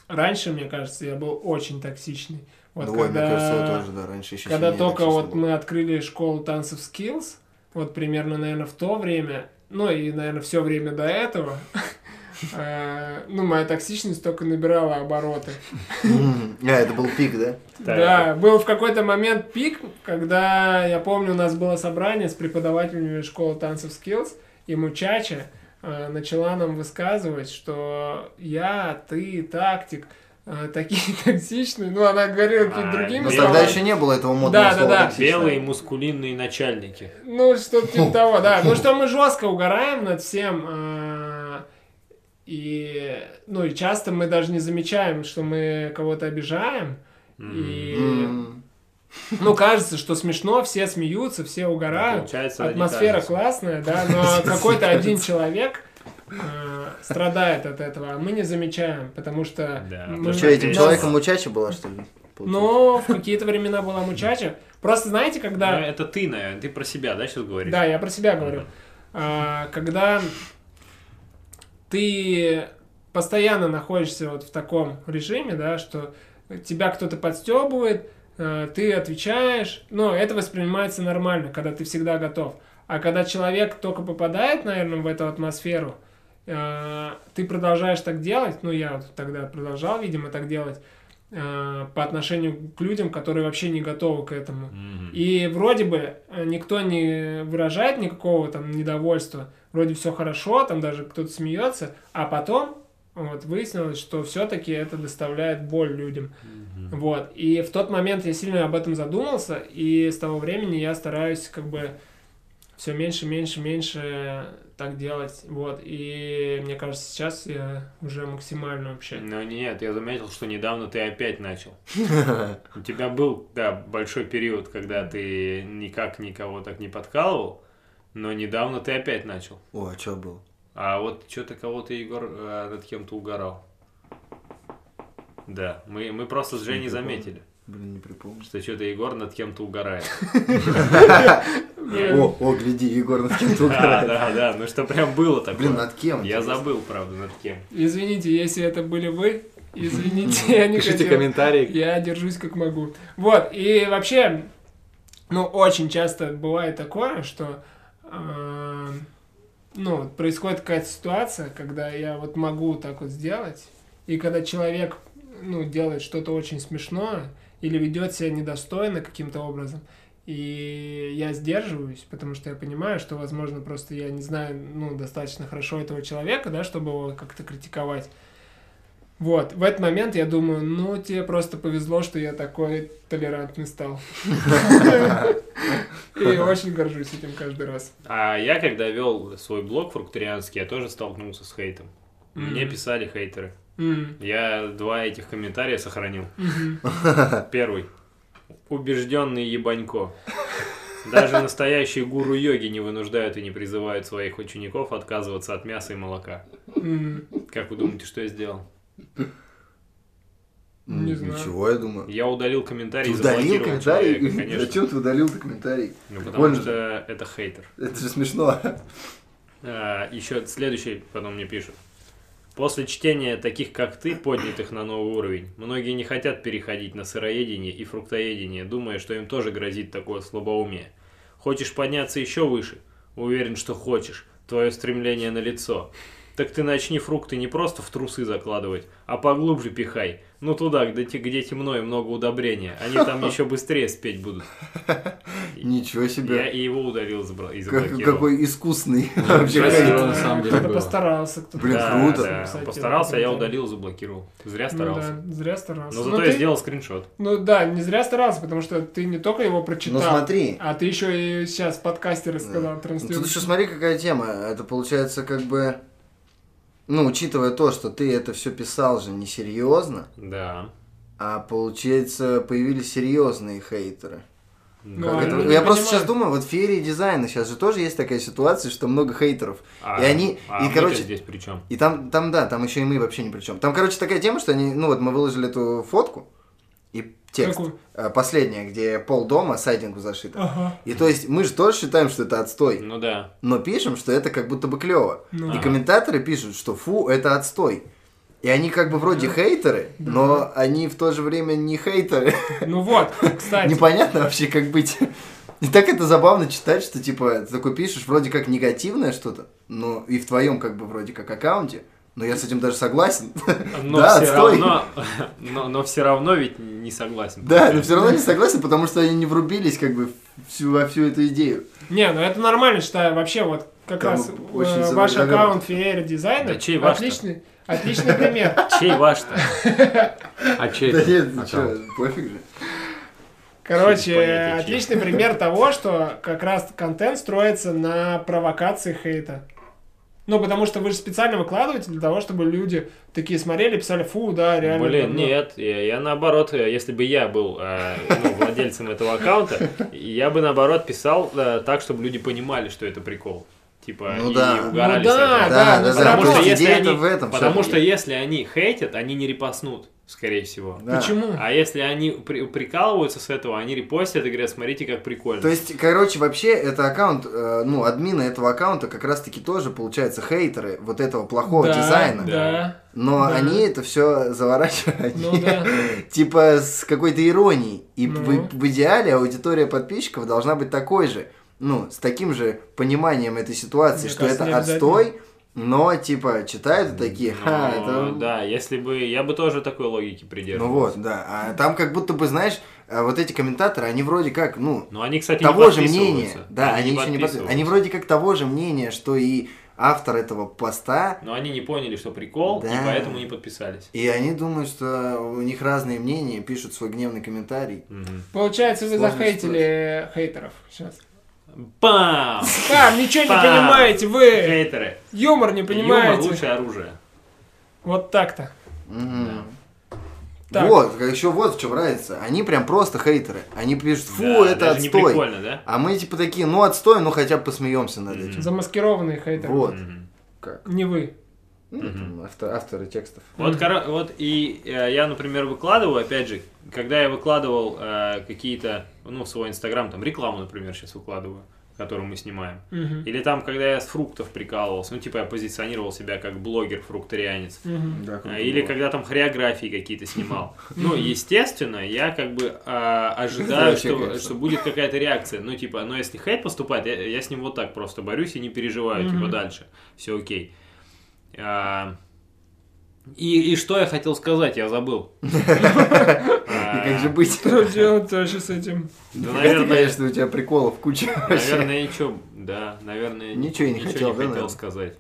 S1: раньше, мне кажется, я был очень токсичный. Вот
S2: Ой,
S1: когда...
S2: мне кажется, я тоже, да, раньше еще
S1: Когда только вот мы открыли школу танцев Skills, вот примерно, наверное, в то время, ну и, наверное, все время до этого, э, ну, моя токсичность только набирала обороты.
S2: А, это был пик, да?
S3: Так.
S1: Да, был в какой-то момент пик, когда, я помню, у нас было собрание с преподавателями школы танцев Skills, и мучача э, начала нам высказывать, что я, ты, тактик, э, такие токсичные, ну, она говорила
S3: А,
S1: какими-то другими
S2: Но
S3: Ну,
S2: тогда
S3: я-
S2: еще не было этого модного
S1: Да, да,
S2: слова
S1: да.
S2: «токсичное».
S3: Белые мускулинные начальники.
S1: Ну, что-то типа того, да. Ну, что мы жестко угораем над всем. а, И, ну, и часто мы даже не замечаем, что мы кого-то обижаем. И,
S2: Мгм.
S1: ну, кажется, что смешно, все смеются, все угорают.
S3: Получается,
S1: Атмосфера
S3: радикально.
S1: классная, да, но какой-то один человек а, страдает от этого, а мы не замечаем, потому что...
S3: Да,
S1: мы-
S3: потому
S2: Что, этим
S3: Мгм.
S2: человеком мучача была, что ли?
S1: Но в какие-то времена была мучача. Просто знаете, когда...
S3: Ну, это ты, наверное, ты про себя, да, сейчас говоришь?
S1: Да, я про себя говорю.
S3: Ага.
S1: А, когда ты постоянно находишься вот в таком режиме, да, что тебя кто-то подстебывает, э, ты отвечаешь, но это воспринимается нормально, когда ты всегда готов. А когда человек только попадает, наверное, в эту атмосферу, э, ты продолжаешь так делать, ну я вот тогда продолжал, видимо, так делать, э, по отношению к людям, которые вообще не готовы к этому.
S3: Мгм.
S1: И вроде бы э, никто не выражает никакого там недовольства, вроде все хорошо, там даже кто-то смеется, а потом вот выяснилось, что все-таки это доставляет боль людям.
S3: Мгм.
S1: Вот. И в тот момент я сильно об этом задумался, и с того времени я стараюсь как бы все меньше, меньше, меньше так делать. Вот. И мне кажется, сейчас я уже максимально вообще.
S3: Ну нет, я заметил, что недавно ты опять начал. У тебя был, да, большой период, когда ты никак никого так не подкалывал, но недавно ты опять начал.
S2: О, а что был?
S3: А вот что-то кого-то, Егор, э, над кем-то угорал. Да, мы, мы просто с Женей
S2: Не припомню.
S3: заметили,
S2: Блин, не припомню.
S3: что что-то Егор над кем-то угорает.
S1: Э,
S2: О, о, гляди, Егор над кем-то
S3: Да,
S2: угорает.
S3: да, да, ну что прям было такое.
S2: Блин, над кем?
S3: Я забыл, правда, над кем.
S1: Извините, если это были вы, извините, я не
S4: Пишите
S1: хотел.
S4: комментарии.
S1: Я держусь как могу. Вот, и вообще, ну, очень часто бывает такое, что, э, ну, вот происходит какая-то ситуация, когда я вот могу так вот сделать, и когда человек, ну, делает что-то очень смешное или ведет себя недостойно каким-то образом, и я сдерживаюсь, потому что я понимаю, что, возможно, просто я не знаю, ну, достаточно хорошо этого человека, да, чтобы его как-то критиковать. Вот, в этот момент я думаю, ну, тебе просто повезло, что я такой толерантный стал. И очень горжусь этим каждый раз.
S3: А я, когда вел свой блог фрукторианский, я тоже столкнулся с хейтом.
S1: Мгм.
S3: Мне писали хейтеры.
S1: М,
S3: Я два этих комментария сохранил.
S1: мгм.
S3: Первый. Убежденный ебанько. Даже настоящие гуру йоги не вынуждают и не призывают своих учеников отказываться от мяса и молока.
S1: М,
S3: Как вы думаете, что я сделал?
S2: М,
S1: Не знаю.
S2: Ничего, я думаю.
S3: Я удалил комментарий
S2: Ты
S3: и
S2: удалил
S3: заблокировал человека,
S2: комментарий?
S3: конечно.
S2: Зачем ты удалил ты комментарий?
S3: Ну,
S2: Так
S3: потому
S2: он же-
S3: что это хейтер.
S2: Это же смешно.
S3: еще А, следующий потом мне пишут. После чтения таких, как ты, поднятых на новый уровень, многие не хотят переходить на сыроедение и фруктоедение, думая, что им тоже грозит такое слабоумие. Хочешь подняться еще выше? Уверен, что хочешь. Твое стремление на лицо. так ты начни фрукты не просто в трусы закладывать, а поглубже пихай. Ну туда, где, те- где темно и много удобрения. Они там еще быстрее спеть будут.
S2: Ничего себе.
S3: Я и его ударил забра- и
S2: Как-
S3: заблокировал.
S2: какой искусный вообще
S3: красиво.
S2: ходит.
S4: на самом деле
S1: Кто-то
S4: было.
S1: постарался. Кто-то
S2: Блин,
S3: Да,
S2: круто.
S3: да.
S1: Кстати,
S3: Постарался, я
S1: круто.
S3: удалил и заблокировал. Зря
S1: Ну
S3: старался.
S1: да, зря старался.
S3: Но
S1: Ну,
S3: зато я
S1: ты-
S3: сделал скриншот.
S1: Ну да, не зря старался, потому что ты не только его
S2: Ну
S1: прочитал,
S2: смотри,
S1: а ты еще и сейчас в подкасте рассказал.
S2: Ну,
S1: транслируешь.
S2: тут еще смотри, какая тема. Это получается как бы... Ну, учитывая то, что ты это все писал же несерьезно,
S3: Да.
S2: а получается появились серьезные хейтеры.
S1: Ну,
S3: Да.
S2: Как
S1: а
S2: это-
S1: люди
S2: Я просто
S1: понимают.
S2: сейчас думаю, вот в феерии дизайна сейчас же тоже есть такая ситуация, что много хейтеров.
S3: А-
S2: и они-
S3: а
S2: и,
S3: мы-то
S2: короче-
S3: здесь при чем?
S2: И там, там, да, там еще и мы вообще ни при чем. Там, короче, такая тема, что они, ну вот мы выложили эту фотку и текст,
S1: Какую?
S2: э, последняя, где пол дома сайдингу зашито.
S1: Ага.
S2: И то есть мы же тоже считаем, что это отстой,
S3: Ну да.
S2: но пишем, что это как будто бы клево.
S1: Ну.
S2: И
S3: Ага.
S2: комментаторы пишут, что фу, это отстой. И они как бы вроде хейтеры, но они в то же время не хейтеры.
S1: Ну вот, кстати.
S2: Непонятно вообще, как быть. И так это забавно читать, что типа ты такой пишешь вроде как негативное что-то, но и в твоем как бы вроде как аккаунте. Но я с этим даже согласен.
S3: Но
S2: Да,
S3: все
S2: отстой.
S3: равно, но, но все равно ведь не согласен.
S2: Да, но все равно не согласен, потому что они не врубились как бы всю, во всю эту идею.
S1: Не, ну это нормально, считаю. Вообще, вот как
S2: Там
S1: раз э,
S2: ну, очень
S1: ваш
S2: завышенный
S1: аккаунт Феера дизайна.
S3: Да чей ваш-то?
S1: отличный, отличный пример.
S3: Чей ваш-то?
S4: А чей?
S2: Да
S4: это
S2: нет, ну
S4: аккаунт?
S2: чё, пофиг же.
S1: Короче,
S3: Понятия,
S1: э,
S3: чей.
S1: отличный пример того, что как раз контент строится на провокации хейта. Ну, потому что вы же специально выкладываете для того, чтобы люди такие смотрели, писали, фу, да, реально.
S3: Блин,
S1: говно».
S3: нет, я, я наоборот, э, если бы я был э, ну, владельцем этого аккаунта, я бы наоборот писал э, так, чтобы люди понимали, что это прикол. Типа,
S2: Ну
S3: и
S2: да.
S3: угорали
S1: Ну
S3: с этого.
S1: да,
S2: Да,
S1: ну
S2: да, да.
S1: потому
S3: Потому что
S2: то есть
S3: если
S2: идея это
S3: они-
S2: в этом.
S3: Потому что
S2: всё-таки.
S3: если они хейтят, они не репостнут, скорее всего.
S2: Да.
S1: Почему?
S3: А если они при- прикалываются с этого, они репостят и говорят, смотрите, как прикольно.
S2: То есть, короче, вообще это аккаунт, э, ну, админы этого аккаунта как раз-таки тоже, получается, хейтеры вот этого плохого
S1: Да,
S2: дизайна.
S1: Да.
S2: Но
S1: Да.
S2: они это все заворачивают.
S1: Ну да.
S2: Типа с какой-то иронией. И
S1: Ну.
S2: в, в идеале аудитория подписчиков должна быть такой же. Ну, с таким же пониманием этой ситуации,
S1: Мне
S2: что
S1: кажется, не
S2: это
S1: обязательно.
S2: отстой, но типа читают и такие, ха,
S3: Но,
S2: это...
S3: Ну, Да, если бы... Я бы тоже такой логики
S2: Ну
S3: придерживался.
S2: вот, да. А там как будто бы, знаешь, а вот эти комментаторы, они вроде как, ну,
S3: Но они, кстати,
S2: того
S3: не
S2: же мнения.
S3: подписываются.
S2: Да, они, еще не подписываются. Они вроде как того же мнения, что и автор этого поста,
S3: Но они не поняли, что прикол,
S2: Да.
S3: и поэтому не подписались.
S2: и они думают, что у них разные мнения, пишут свой гневный комментарий.
S3: Мгм.
S1: Получается, вы
S2: Сложно
S1: захейтили хейтеров сейчас.
S3: Бам!
S1: Там ничего не
S3: Пам!
S1: понимаете вы.
S3: Хейтеры.
S1: Юмор не
S3: Юмор
S1: понимаете.
S3: лучшее оружие.
S1: Вот так-то.
S2: Мгм.
S3: Да.
S1: Так.
S2: Вот, еще вот в чем разница. Они прям просто хейтеры. Они пишут, фу,
S3: Да,
S2: это
S3: даже не
S2: отстой.
S3: прикольно, да?
S2: А мы типа такие, ну отстой, ну хотя бы посмеемся над
S3: Мгм.
S2: этим.
S1: Замаскированные хейтеры.
S2: Вот.
S3: Мгм.
S2: Как?
S1: Не вы.
S2: Ну, там автор- авторы текстов.
S3: Вот,
S1: Мгм.
S3: коро- вот и э, я, например, выкладываю, опять же, когда я выкладывал э, какие-то, ну, в свой инстаграм, там, рекламу, например, сейчас выкладываю, которую мы снимаем.
S1: Мгм.
S3: Или там, когда я с фруктов прикалывался, ну, типа я позиционировал себя как блогер-фрукторианец.
S1: Мгм.
S2: Да, круто
S3: Э, Или
S2: было.
S3: когда там хореографии какие-то снимал. Ну, естественно, я как бы э, ожидаю,
S2: Да, вообще,
S3: что,
S2: конечно.
S3: что будет какая-то реакция. Ну, типа, но если хейт поступает, я, я с ним вот так просто борюсь и не переживаю,
S1: Мгм.
S3: типа, дальше. Все окей. А, и, и что я хотел сказать, я забыл.
S2: И
S3: А,
S2: как же быть?
S1: Что делать вообще с этим?
S3: Да,
S2: Нифига ты,
S3: наверное,
S2: конечно, у тебя приколов куча вообще.
S3: Наверное, ничего, да, наверное,
S2: Ничего я не хотел, да, наверное?
S3: сказать.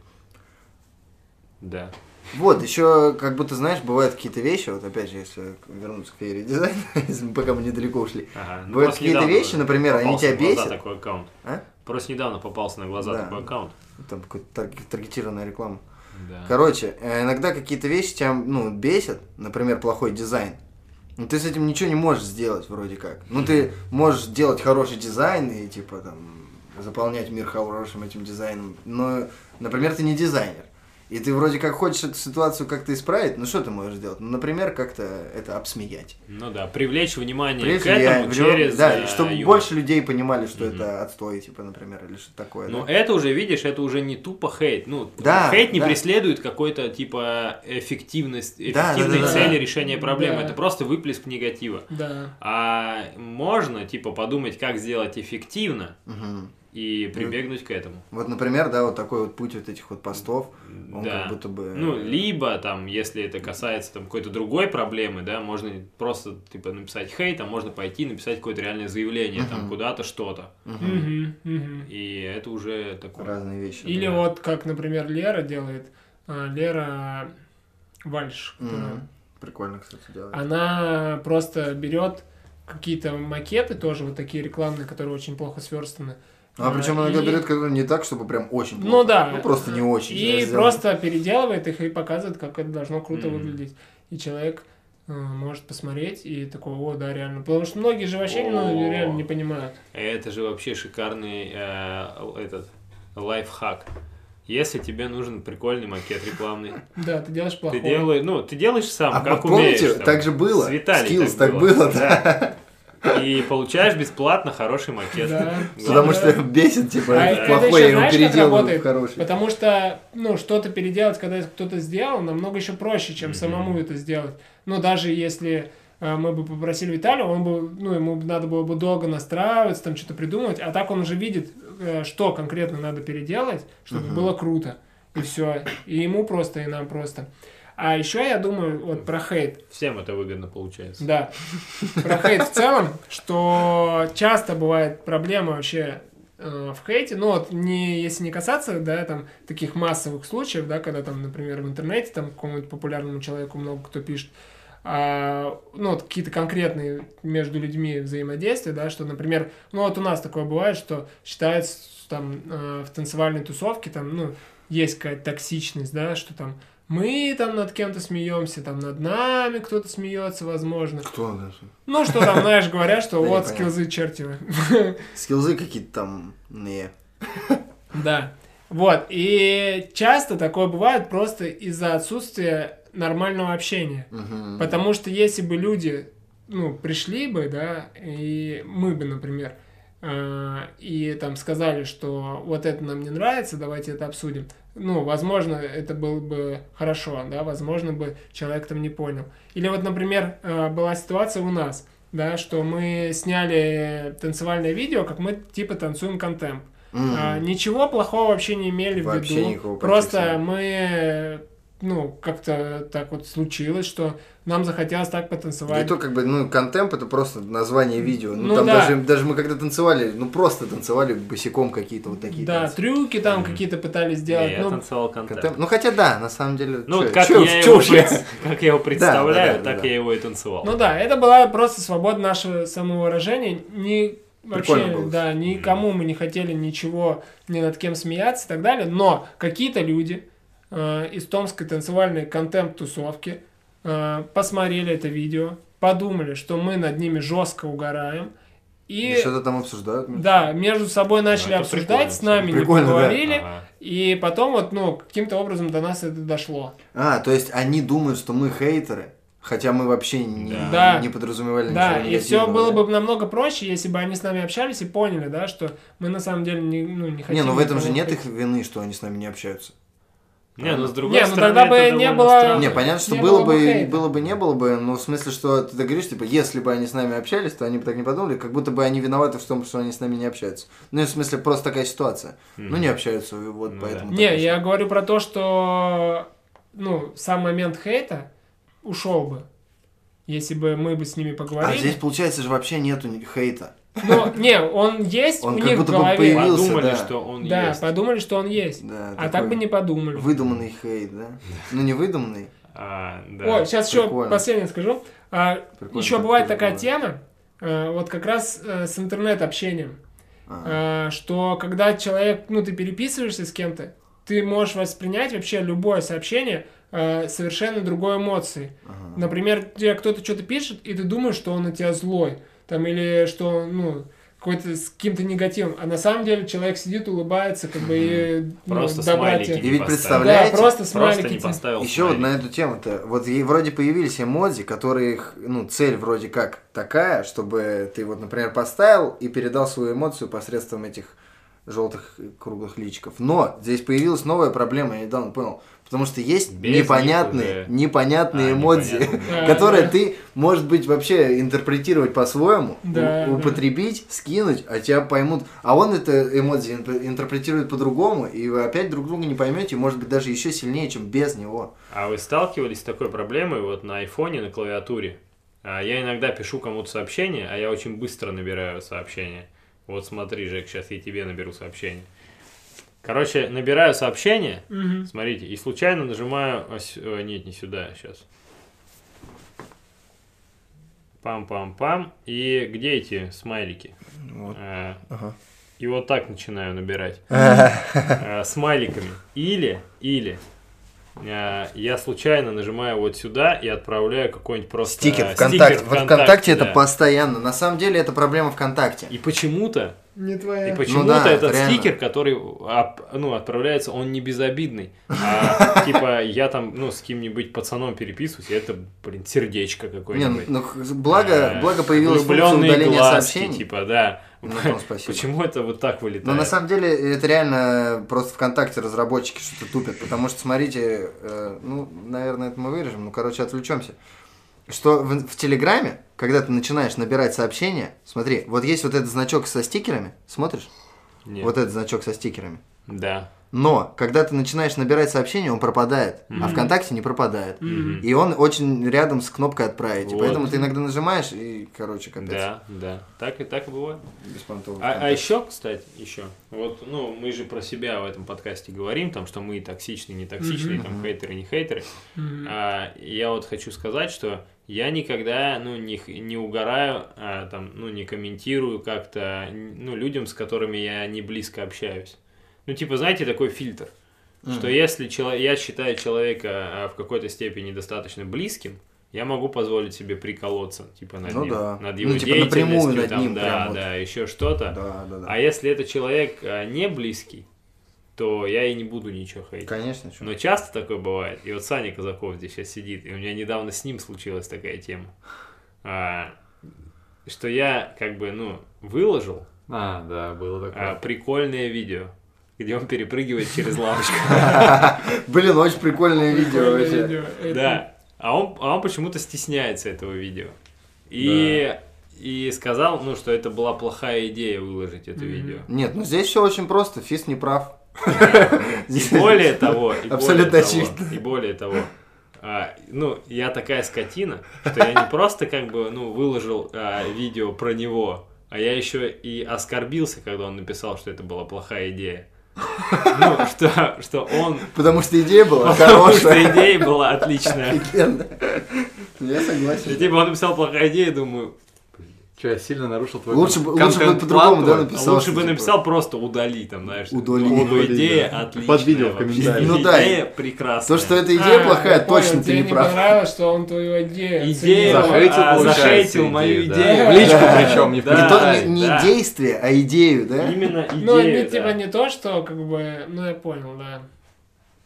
S3: Да.
S2: Вот, еще, как будто, знаешь, бывают какие-то вещи, вот опять же, если вернуться к феере дизайна, если мы пока мы недалеко ушли.
S3: Ага. Ну,
S2: Бывают
S3: просто
S2: какие-то
S3: недавно
S2: вещи, например, они
S3: попался
S2: тебя
S3: на глаза
S2: бесят.
S3: такой аккаунт.
S2: А?
S3: Просто недавно попался на глаза
S2: Да.
S3: такой аккаунт.
S2: Там какая-то тар- таргетированная реклама.
S3: Да.
S2: Короче, э, иногда какие-то вещи тебя, ну, бесят, например, плохой дизайн. Но ты с этим ничего не можешь сделать, вроде как. Ну, ты можешь делать хороший дизайн и, типа, там, заполнять мир хорошим этим дизайном. Но, например, ты не дизайнер. И ты вроде как хочешь эту ситуацию как-то исправить, ну что ты можешь сделать? Ну, например, как-то это обсмеять.
S3: Ну да, привлечь внимание
S2: Привлечь
S3: к этому
S2: влия-
S3: через
S2: да,
S3: э,
S2: и чтобы
S3: юмор.
S2: больше людей понимали, что
S3: Мгм. Ну, э
S2: это отстой, типа, например, или что-то такое.
S3: Но
S2: да.
S3: это уже, видишь, это уже не тупо хейт. Ну,
S2: Да,
S3: хейт не
S2: да.
S3: преследует какой-то типа эффективность,
S2: Да,
S3: эффективной
S2: да, да, да.
S3: цели решения проблемы.
S1: Да.
S3: Это просто выплеск негатива.
S1: Да.
S3: А можно, типа, подумать, как сделать эффективно,
S2: Мгм.
S3: и прибегнуть к этому.
S2: Вот, например, да, вот такой вот путь вот этих вот постов, он
S3: Да.
S2: как будто бы...
S3: Ну, либо там, если это касается там какой-то другой проблемы, да, можно просто типа написать хейт, а можно пойти и написать какое-то реальное заявление там
S2: Мгм.
S3: куда-то, что-то.
S2: Мгм.
S1: Мгм, мгм.
S3: И это уже такое.
S2: Разные вещи.
S1: Или
S3: да.
S1: вот как, например, Лера делает, а, Лера Вальш, которая
S2: Мгм. Прикольно, кстати, делать.
S1: А, она просто берет какие-то макеты, тоже вот такие рекламные, которые очень плохо сверстаны.
S2: А причем
S1: а,
S2: иногда
S1: и-
S2: берет как бы не так, чтобы прям очень
S1: Ну
S2: плохо.
S1: да.
S2: Ну просто не очень.
S1: И
S2: сделано.
S1: просто переделывает их и показывает, как это должно круто
S3: Мгм.
S1: выглядеть. И человек э, может посмотреть и такой, о, да, реально. Потому что многие же вообще ну,
S3: О.
S1: реально не понимают.
S3: Это же вообще шикарный э, л- этот лайфхак. Если тебе нужен прикольный макет рекламный,
S1: Да, ты делаешь плохое.
S3: ты делаешь, ну, ты делаешь сам,
S2: А
S3: как
S2: вот помните,
S3: умеешь. там.
S2: так же было.
S3: С Виталий
S2: Skills так было,
S3: да. И получаешь бесплатно хороший макет.
S1: Да.
S2: Потому
S1: Да.
S2: что бесит, типа,
S1: А это
S2: плохой,
S1: ещё
S2: я его
S1: знаешь, как
S2: переделываю
S1: работает?
S2: в хороший.
S1: Потому что, ну, что-то переделать, когда это кто-то сделал, намного еще проще, чем
S3: Мгм.
S1: самому это сделать. Ну, даже если э, мы бы попросили Виталия, он бы, ну, ему бы надо было бы долго настраиваться, там что-то придумывать, а так он уже видит, э, что конкретно надо переделать, чтобы
S2: Мгм.
S1: было круто. И все. И ему просто, и нам просто. А еще я думаю, вот про хейт.
S3: Всем это выгодно получается.
S1: Да. Про хейт в целом, что часто бывает проблема вообще э, в хейте, ну вот не, если не касаться, да, там таких массовых случаев, да, когда там, например, в интернете там какому-нибудь популярному человеку много кто пишет, а, ну вот какие-то конкретные между людьми взаимодействия, да, что, например, ну вот у нас такое бывает, что считается там э, в танцевальной тусовке там, ну, есть какая-то токсичность, да, что там мы там над кем-то смеемся, там над нами кто-то смеется, возможно.
S2: Кто даже?
S1: Ну, что там, знаешь, говорят, что
S2: Да,
S1: вот
S2: непонятно.
S1: скилзы чертивы.
S2: Скилзы какие-то там... Не.
S1: Да. Вот. И часто такое бывает просто из-за отсутствия нормального общения.
S2: Мгм.
S1: Потому что если бы люди, ну, пришли бы, да, и мы бы, например, э, и там сказали, что вот это нам не нравится, давайте это обсудим. Ну, возможно, это было бы хорошо, да, возможно бы человек там не понял. Или вот, например, э, была ситуация у нас, да, что мы сняли танцевальное видео, как мы типа танцуем контемп.
S2: Мгм.
S1: А, ничего плохого вообще не имели
S2: Вообще
S1: в виду.
S2: никакого
S1: Просто
S2: подтекста.
S1: мы, ну, как-то так вот случилось, что нам захотелось так
S2: Да и
S1: потанцевать.
S2: то, как бы, ну, контемп это просто название видео. Ну,
S1: Ну
S2: там
S1: да.
S2: даже, даже мы когда танцевали, ну, просто танцевали босиком какие-то вот такие
S1: да,
S2: танцы.
S1: трюки там
S3: Мгм.
S1: какие-то пытались
S3: Не,
S1: сделать.
S3: я
S1: ну,
S3: танцевал контент.
S2: Контемп- Ну, хотя да, на самом деле...
S3: Ну,
S2: чё-
S3: вот как,
S2: чё-
S3: я
S2: чё
S3: его
S2: уж
S3: пред- как я его представляю,
S2: да, да,
S3: так
S2: да.
S3: я его и танцевал.
S1: ну да, это была просто свобода нашего самовыражения. Не вообще,
S2: Прикольно было.
S1: да, никому мы не хотели ничего, ни над кем смеяться и так далее. Но какие-то люди э, из томской танцевальной контент-тусовки э, посмотрели это видео, подумали, что мы над ними жестко угораем.
S2: И
S1: И
S2: что-то там обсуждают.
S1: Да, между собой начали
S3: это прикольно,
S1: обсуждать, с нами не
S2: прикольно, да.
S1: поговорили,
S3: Ага.
S1: и потом вот, ну, каким-то образом до нас это дошло.
S2: А, то есть они думают, что мы хейтеры, хотя мы вообще не,
S1: Да.
S2: не подразумевали
S1: да,
S2: ничего
S1: и все
S2: негативного,
S1: было
S2: да.
S1: бы намного проще, если бы они с нами общались и поняли, да, что мы на самом деле не, ну, не хотим.
S2: Не, ну в этом же
S1: никого
S2: нет
S1: хейтить.
S2: их вины, что они с нами не общаются.
S3: Не, ну с другой
S1: Не, ну
S3: стороны,
S1: тогда бы
S3: это
S1: не
S3: довольно
S1: было-
S3: странно.
S2: Не, понятно, что
S1: Не
S2: было,
S1: было бы
S2: бы,
S1: хейта.
S2: было бы, не было бы, но в смысле, что ты так говоришь, типа, если бы они с нами общались, то они бы так не подумали, как будто бы они виноваты в том, что они с нами не общаются. Ну, и в смысле, просто такая ситуация.
S3: Мгм.
S2: Ну, не общаются, и вот А
S3: Ну,
S2: поэтому...
S3: да.
S2: так
S1: Не,
S2: и
S1: я говорю про то, что, ну, сам момент хейта ушел бы, если бы мы бы с ними
S2: А здесь,
S1: поговорили.
S2: получается, же вообще нету ни- хейта.
S1: Но, не, он есть
S2: Он
S1: у
S2: как
S1: них в
S2: будто бы
S1: голове.
S2: появился,
S3: Подумали,
S2: да.
S3: что он
S1: Да,
S3: есть.
S1: подумали, что он есть.
S2: Да,
S1: а так
S2: такой
S1: бы не подумали.
S2: Выдуманный хейт, да? Ну, не выдуманный.
S3: А, да.
S1: Ой, сейчас еще
S2: Прикольно.
S1: последнее скажу. А,
S2: Прикольно,
S1: еще
S2: как
S1: бывает
S2: тоже
S1: такая
S2: бывает.
S1: тема, э, вот как раз э, с интернет-общением,
S2: А.
S1: э, что когда человек, ну, ты переписываешься с кем-то, ты можешь воспринять вообще любое сообщение э, совершенно другой эмоции.
S2: А, Ага.
S1: Например, тебе кто-то что-то пишет, и ты думаешь, что он на тебя злой, там, или что, ну, какой-то с каким-то негативом, а на самом деле человек сидит, улыбается, как бы, и ну,
S3: Просто
S1: добра
S3: смайлики.
S1: тебе.
S2: И ведь
S1: Да,
S3: поставили.
S2: представляете,
S1: просто
S3: Просто не
S1: смайлики. тебе.
S3: поставил.
S2: Еще вот на
S3: смайлик.
S2: эту тему-то, вот и вроде появились эмодзи, которых, ну, цель вроде как такая, чтобы ты вот, например, поставил и передал свою эмоцию посредством этих желтых круглых личиков. Но здесь появилась новая проблема, я недавно понял. Потому что есть
S3: Без них
S2: непонятные,
S3: уже.
S2: непонятные
S3: А,
S2: эмодзи,
S3: непонятно.
S1: Да,
S2: которые
S1: да.
S2: ты, может быть, вообще интерпретировать по-своему,
S1: Да, да.
S2: у- употребить, скинуть, а тебя поймут. А он это эмодзи ин- интерпретирует по-другому, и вы опять друг друга не поймете, может быть, даже еще сильнее, чем без него.
S3: А вы сталкивались с такой проблемой вот на айфоне, на клавиатуре? А, Я иногда пишу кому-то сообщение, а я очень быстро набираю сообщение. Вот смотри, Жек, сейчас я тебе наберу сообщение. Короче, набираю сообщение,
S1: Мгм.
S3: смотрите, и случайно нажимаю... а, с- э, Нет, не сюда, сейчас. Пам-пам-пам. И где эти смайлики? Э,
S2: Ага.
S3: И вот так начинаю набирать. Э, Смайликами. Или, или э, я случайно нажимаю вот сюда и отправляю какой-нибудь просто...
S2: Стикер
S3: э,
S2: ВКонтакте.
S3: стикер
S2: Вот ВКонтакте это
S3: да.
S2: постоянно. На самом деле это проблема ВКонтакте.
S3: И почему-то,
S1: Не
S3: и
S1: твоя.
S3: почему-то
S2: Ну да,
S3: этот
S2: реально.
S3: стикер, который оп- ну, отправляется, он не безобидный. А, типа я там ну, с кем-нибудь пацаном переписываюсь, и это, блин, сердечко
S2: Не, ну,
S3: какое-нибудь.
S2: ну, х- благо,
S3: Э,
S2: благо появилась функция
S3: влюблённые
S2: удаления
S3: глазки,
S2: сообщений.
S3: Типа, да.
S2: Ну, потом спасибо.
S3: Почему это вот так вылетает?
S2: Но на самом деле это реально просто ВКонтакте разработчики что-то тупят, потому что, смотрите, э, ну, наверное, это мы вырежем, ну, короче, отвлечемся. Что в, в Телеграме, когда ты начинаешь набирать сообщения, смотри, вот есть вот этот значок со стикерами, смотришь?
S3: Нет.
S2: Вот этот значок со стикерами.
S3: Да.
S2: Но, когда ты начинаешь набирать сообщение, он пропадает, а ВКонтакте не пропадает.
S1: Мгм.
S2: И он очень рядом с кнопкой отправить. И
S3: Вот.
S2: поэтому ты иногда нажимаешь и, короче, капец. Ну,
S3: Да, да. Так и так и бывает.
S2: Беспонтово.
S3: А,
S2: ВКонтакте.
S3: еще, кстати, еще. Вот, ну, мы же про себя в этом подкасте говорим, там, что мы токсичные, не токсичные,
S1: Мгм.
S3: там, хейтеры, не хейтеры.
S1: Мгм.
S3: А, я вот хочу сказать, что я никогда, ну, не, х- не угораю, а, там, ну, не комментирую как-то, н- ну, людям, с которыми я не близко общаюсь. Ну, типа, знаете, такой фильтр, что если чело- я считаю человека а, в какой-то степени достаточно близким, я могу позволить себе приколоться, типа, над
S2: Ну
S3: ним,
S2: да.
S3: над
S2: Ну,
S3: его
S2: типа, напрямую
S3: деятельностью,
S2: над
S3: там,
S2: ним прям
S3: да,
S2: вот.
S3: да, еще что-то.
S2: Да, да, да.
S3: А если это человек а, не близкий, то я и не буду ничего хейтить.
S2: Конечно, чё.
S3: Но часто такое бывает. И вот Саня Казаков здесь сейчас сидит, и у меня недавно с ним случилась такая тема. А, что я как бы, ну, выложил
S4: А, да, было
S3: а,
S4: такое.
S3: прикольное видео, где он перепрыгивает через лавочку.
S2: Блин, очень прикольное видео
S1: Прикольное
S2: вообще.
S1: видео. Это-
S3: Да. А он, а он почему-то стесняется этого видео. И, и сказал, ну, что это была плохая идея выложить это
S1: Мгм.
S3: видео.
S2: Нет, ну здесь все очень просто, Фист не прав.
S3: И более того, и
S2: Абсолютно
S3: более того,
S2: очевидно.
S3: и более того, а, ну, я такая скотина, что я не просто как бы, ну, выложил а, видео про него, а я еще и оскорбился, когда он написал, что это была плохая идея. Ну, что, что он...
S2: Потому что идея была
S3: Потому что
S2: хорошая.
S3: идея была отличная.
S2: Офигенная. Я
S3: И
S2: согласен.
S3: типа он написал плохая идея, думаю,
S4: Че, я сильно нарушил твой
S2: Лучше бы- лучше бы
S4: контент-план
S2: по-другому, да,
S4: твой?
S2: написал.
S3: а лучше бы
S2: что типа-
S3: написал просто удали, там, знаешь.
S2: Удали.
S3: Ну, ну,
S4: Удали,
S3: идея
S4: да.
S3: отличная.
S4: Под видео в
S3: вообще.
S4: комментариях.
S2: Ну да,
S3: Идея прекрасная.
S2: То, что эта
S1: А,
S2: идея
S1: я
S2: плохая,
S1: понял,
S2: точно ты
S1: тебе
S2: не прав.
S1: понравилось, что он твою идею
S3: Идею
S1: оценил.
S4: Захейтил,
S3: а,
S4: получается,
S3: захейтил
S4: идею,
S3: мою
S4: да.
S3: идею.
S4: В личку
S2: Да.
S4: причем, не в
S3: Да.
S2: Не
S4: комментариях.
S2: то- не- Не
S3: да.
S2: действие, а идею, да?
S3: Именно идея.
S1: Ну, это
S3: да.
S1: типа не то, что как бы... Ну, я понял, да.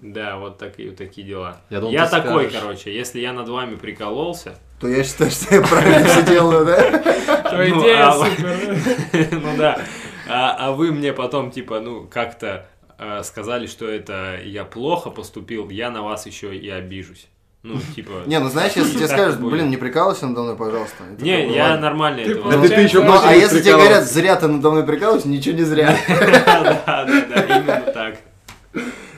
S3: Да, вот такие, вот такие дела.
S4: Я думал, ты
S3: такой,
S4: скажешь.
S3: короче, если я над вами прикололся,
S2: То я считаю, что я правильно все делаю, да?
S1: То
S3: Ну,
S1: идея
S3: а-
S1: супер.
S3: ну да, а, а вы мне потом, типа, ну, как-то э, сказали, что это я плохо поступил, я на вас еще и обижусь. Ну, типа...
S2: Не, ну знаешь, если тебе
S3: Так
S2: скажут,
S3: будет.
S2: блин, не прикалывайся надо мной, пожалуйста. Это
S3: Не,
S2: такое,
S3: я
S2: ладно.
S3: нормально
S1: Ты
S3: это...
S1: Ну,
S4: Да ты еще
S1: Ну,
S2: Ну,
S4: больше
S2: а
S4: не
S2: если тебе
S4: прикалывался.
S2: говорят, зря ты надо мной прикалываешься, ничего не зря.
S3: Да, да, да, именно так.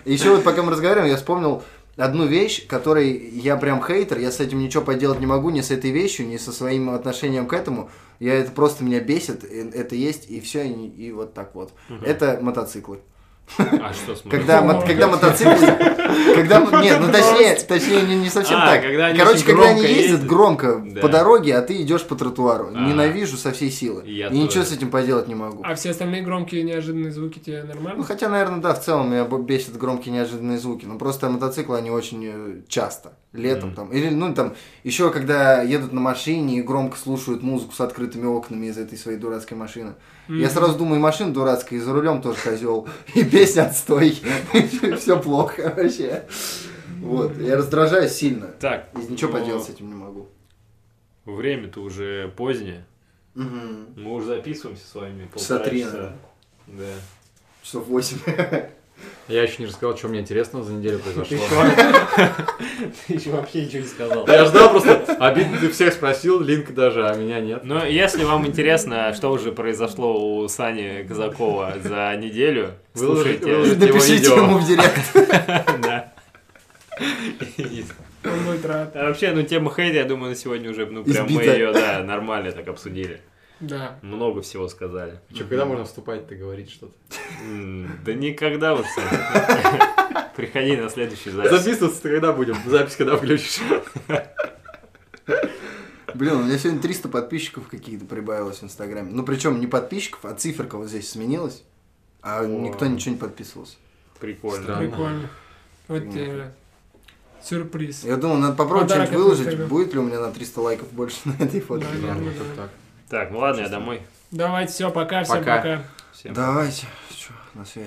S2: Еще вот пока мы разговариваем, я вспомнил одну вещь, которой я прям хейтер, я с этим ничего поделать не могу, ни с этой вещью, ни со своим отношением к этому. Я это просто меня бесит, и это есть, и все, и, и вот так вот. Это мотоциклы.
S3: А что с
S2: Когда,
S1: О,
S2: мо-
S1: как
S2: когда мотоциклы... Когда, мо- нет, ну точнее, точнее не, не совсем
S3: А,
S2: так.
S3: когда они
S2: Короче,
S3: очень
S2: когда они
S3: громко
S2: ездят
S3: ездят.
S2: громко
S3: Да.
S2: по дороге, а ты идешь по тротуару.
S3: А.
S2: Ненавижу со всей силы.
S3: И я
S2: И ничего
S3: тоже.
S2: с этим поделать не могу.
S1: А все остальные громкие неожиданные звуки тебе
S2: Ну,
S1: нормально?
S2: хотя, наверное, да, в целом меня бо- бесят громкие неожиданные звуки. Но просто мотоциклы, они очень э, часто. Летом
S3: Мгм.
S2: там. Или, ну, там, еще когда едут на машине и громко слушают музыку с открытыми окнами из этой своей дурацкой машины. Ну, Я
S1: Мгм.
S2: сразу думаю, и машина дурацкая, и за рулем тоже козел. И песня отстой. Все плохо вообще. Вот. Я раздражаюсь сильно.
S3: Так,
S2: И ничего
S3: ну,
S2: поделать с этим не могу.
S3: Время-то уже позднее.
S2: Мгм.
S3: Мы уже записываемся с вами полтора
S2: Часа три,
S3: часа.
S2: наверное.
S3: Да.
S2: часов 8.
S4: Я еще не рассказал, что мне интересного за неделю произошло.
S3: Ты еще вообще ничего не сказал.
S4: Я ждал просто. Обидно, ты всех спросил, Линк даже, а меня нет.
S3: Но если вам интересно, что уже произошло у Сани Казакова за неделю,
S4: Выложите-
S3: слушайте.
S4: выложите.
S2: Напишите
S4: видео.
S2: ему в директ.
S3: Да.
S1: Он будет рад.
S3: А Вообще, ну, тема хейта, я думаю, на сегодня уже, ну, прям мы
S2: Избита.
S3: ее, да, нормально так обсудили.
S1: Да.
S3: Много всего сказали.
S4: Че, когда можно вступать-то говорить что-то?
S3: М, Да никогда уж, Саня. Приходи на следующий запись.
S4: Записываться ты когда будем? Запись когда включишь?
S2: Блин, у меня сегодня 300 подписчиков какие-то прибавилось в Инстаграме. Ну, причем не подписчиков, а циферка вот здесь сменилась. А
S3: О.
S2: никто ничего не подписывался.
S3: Прикольно.
S4: Странно.
S1: Прикольно. Вот тебе, бля. Сюрприз.
S2: Я думал, надо попробовать
S1: Подарок
S2: что-нибудь
S1: от
S2: выложить.
S1: Инстаграма.
S2: Будет ли у меня на 300 лайков больше на этой фотке?
S1: Да. Наверное, да.
S4: так.
S3: Так, ну ладно, я домой.
S1: Давайте, все, пока, всем
S4: Пока.
S1: пока.
S3: Всем
S2: Давайте. Чё, на связи.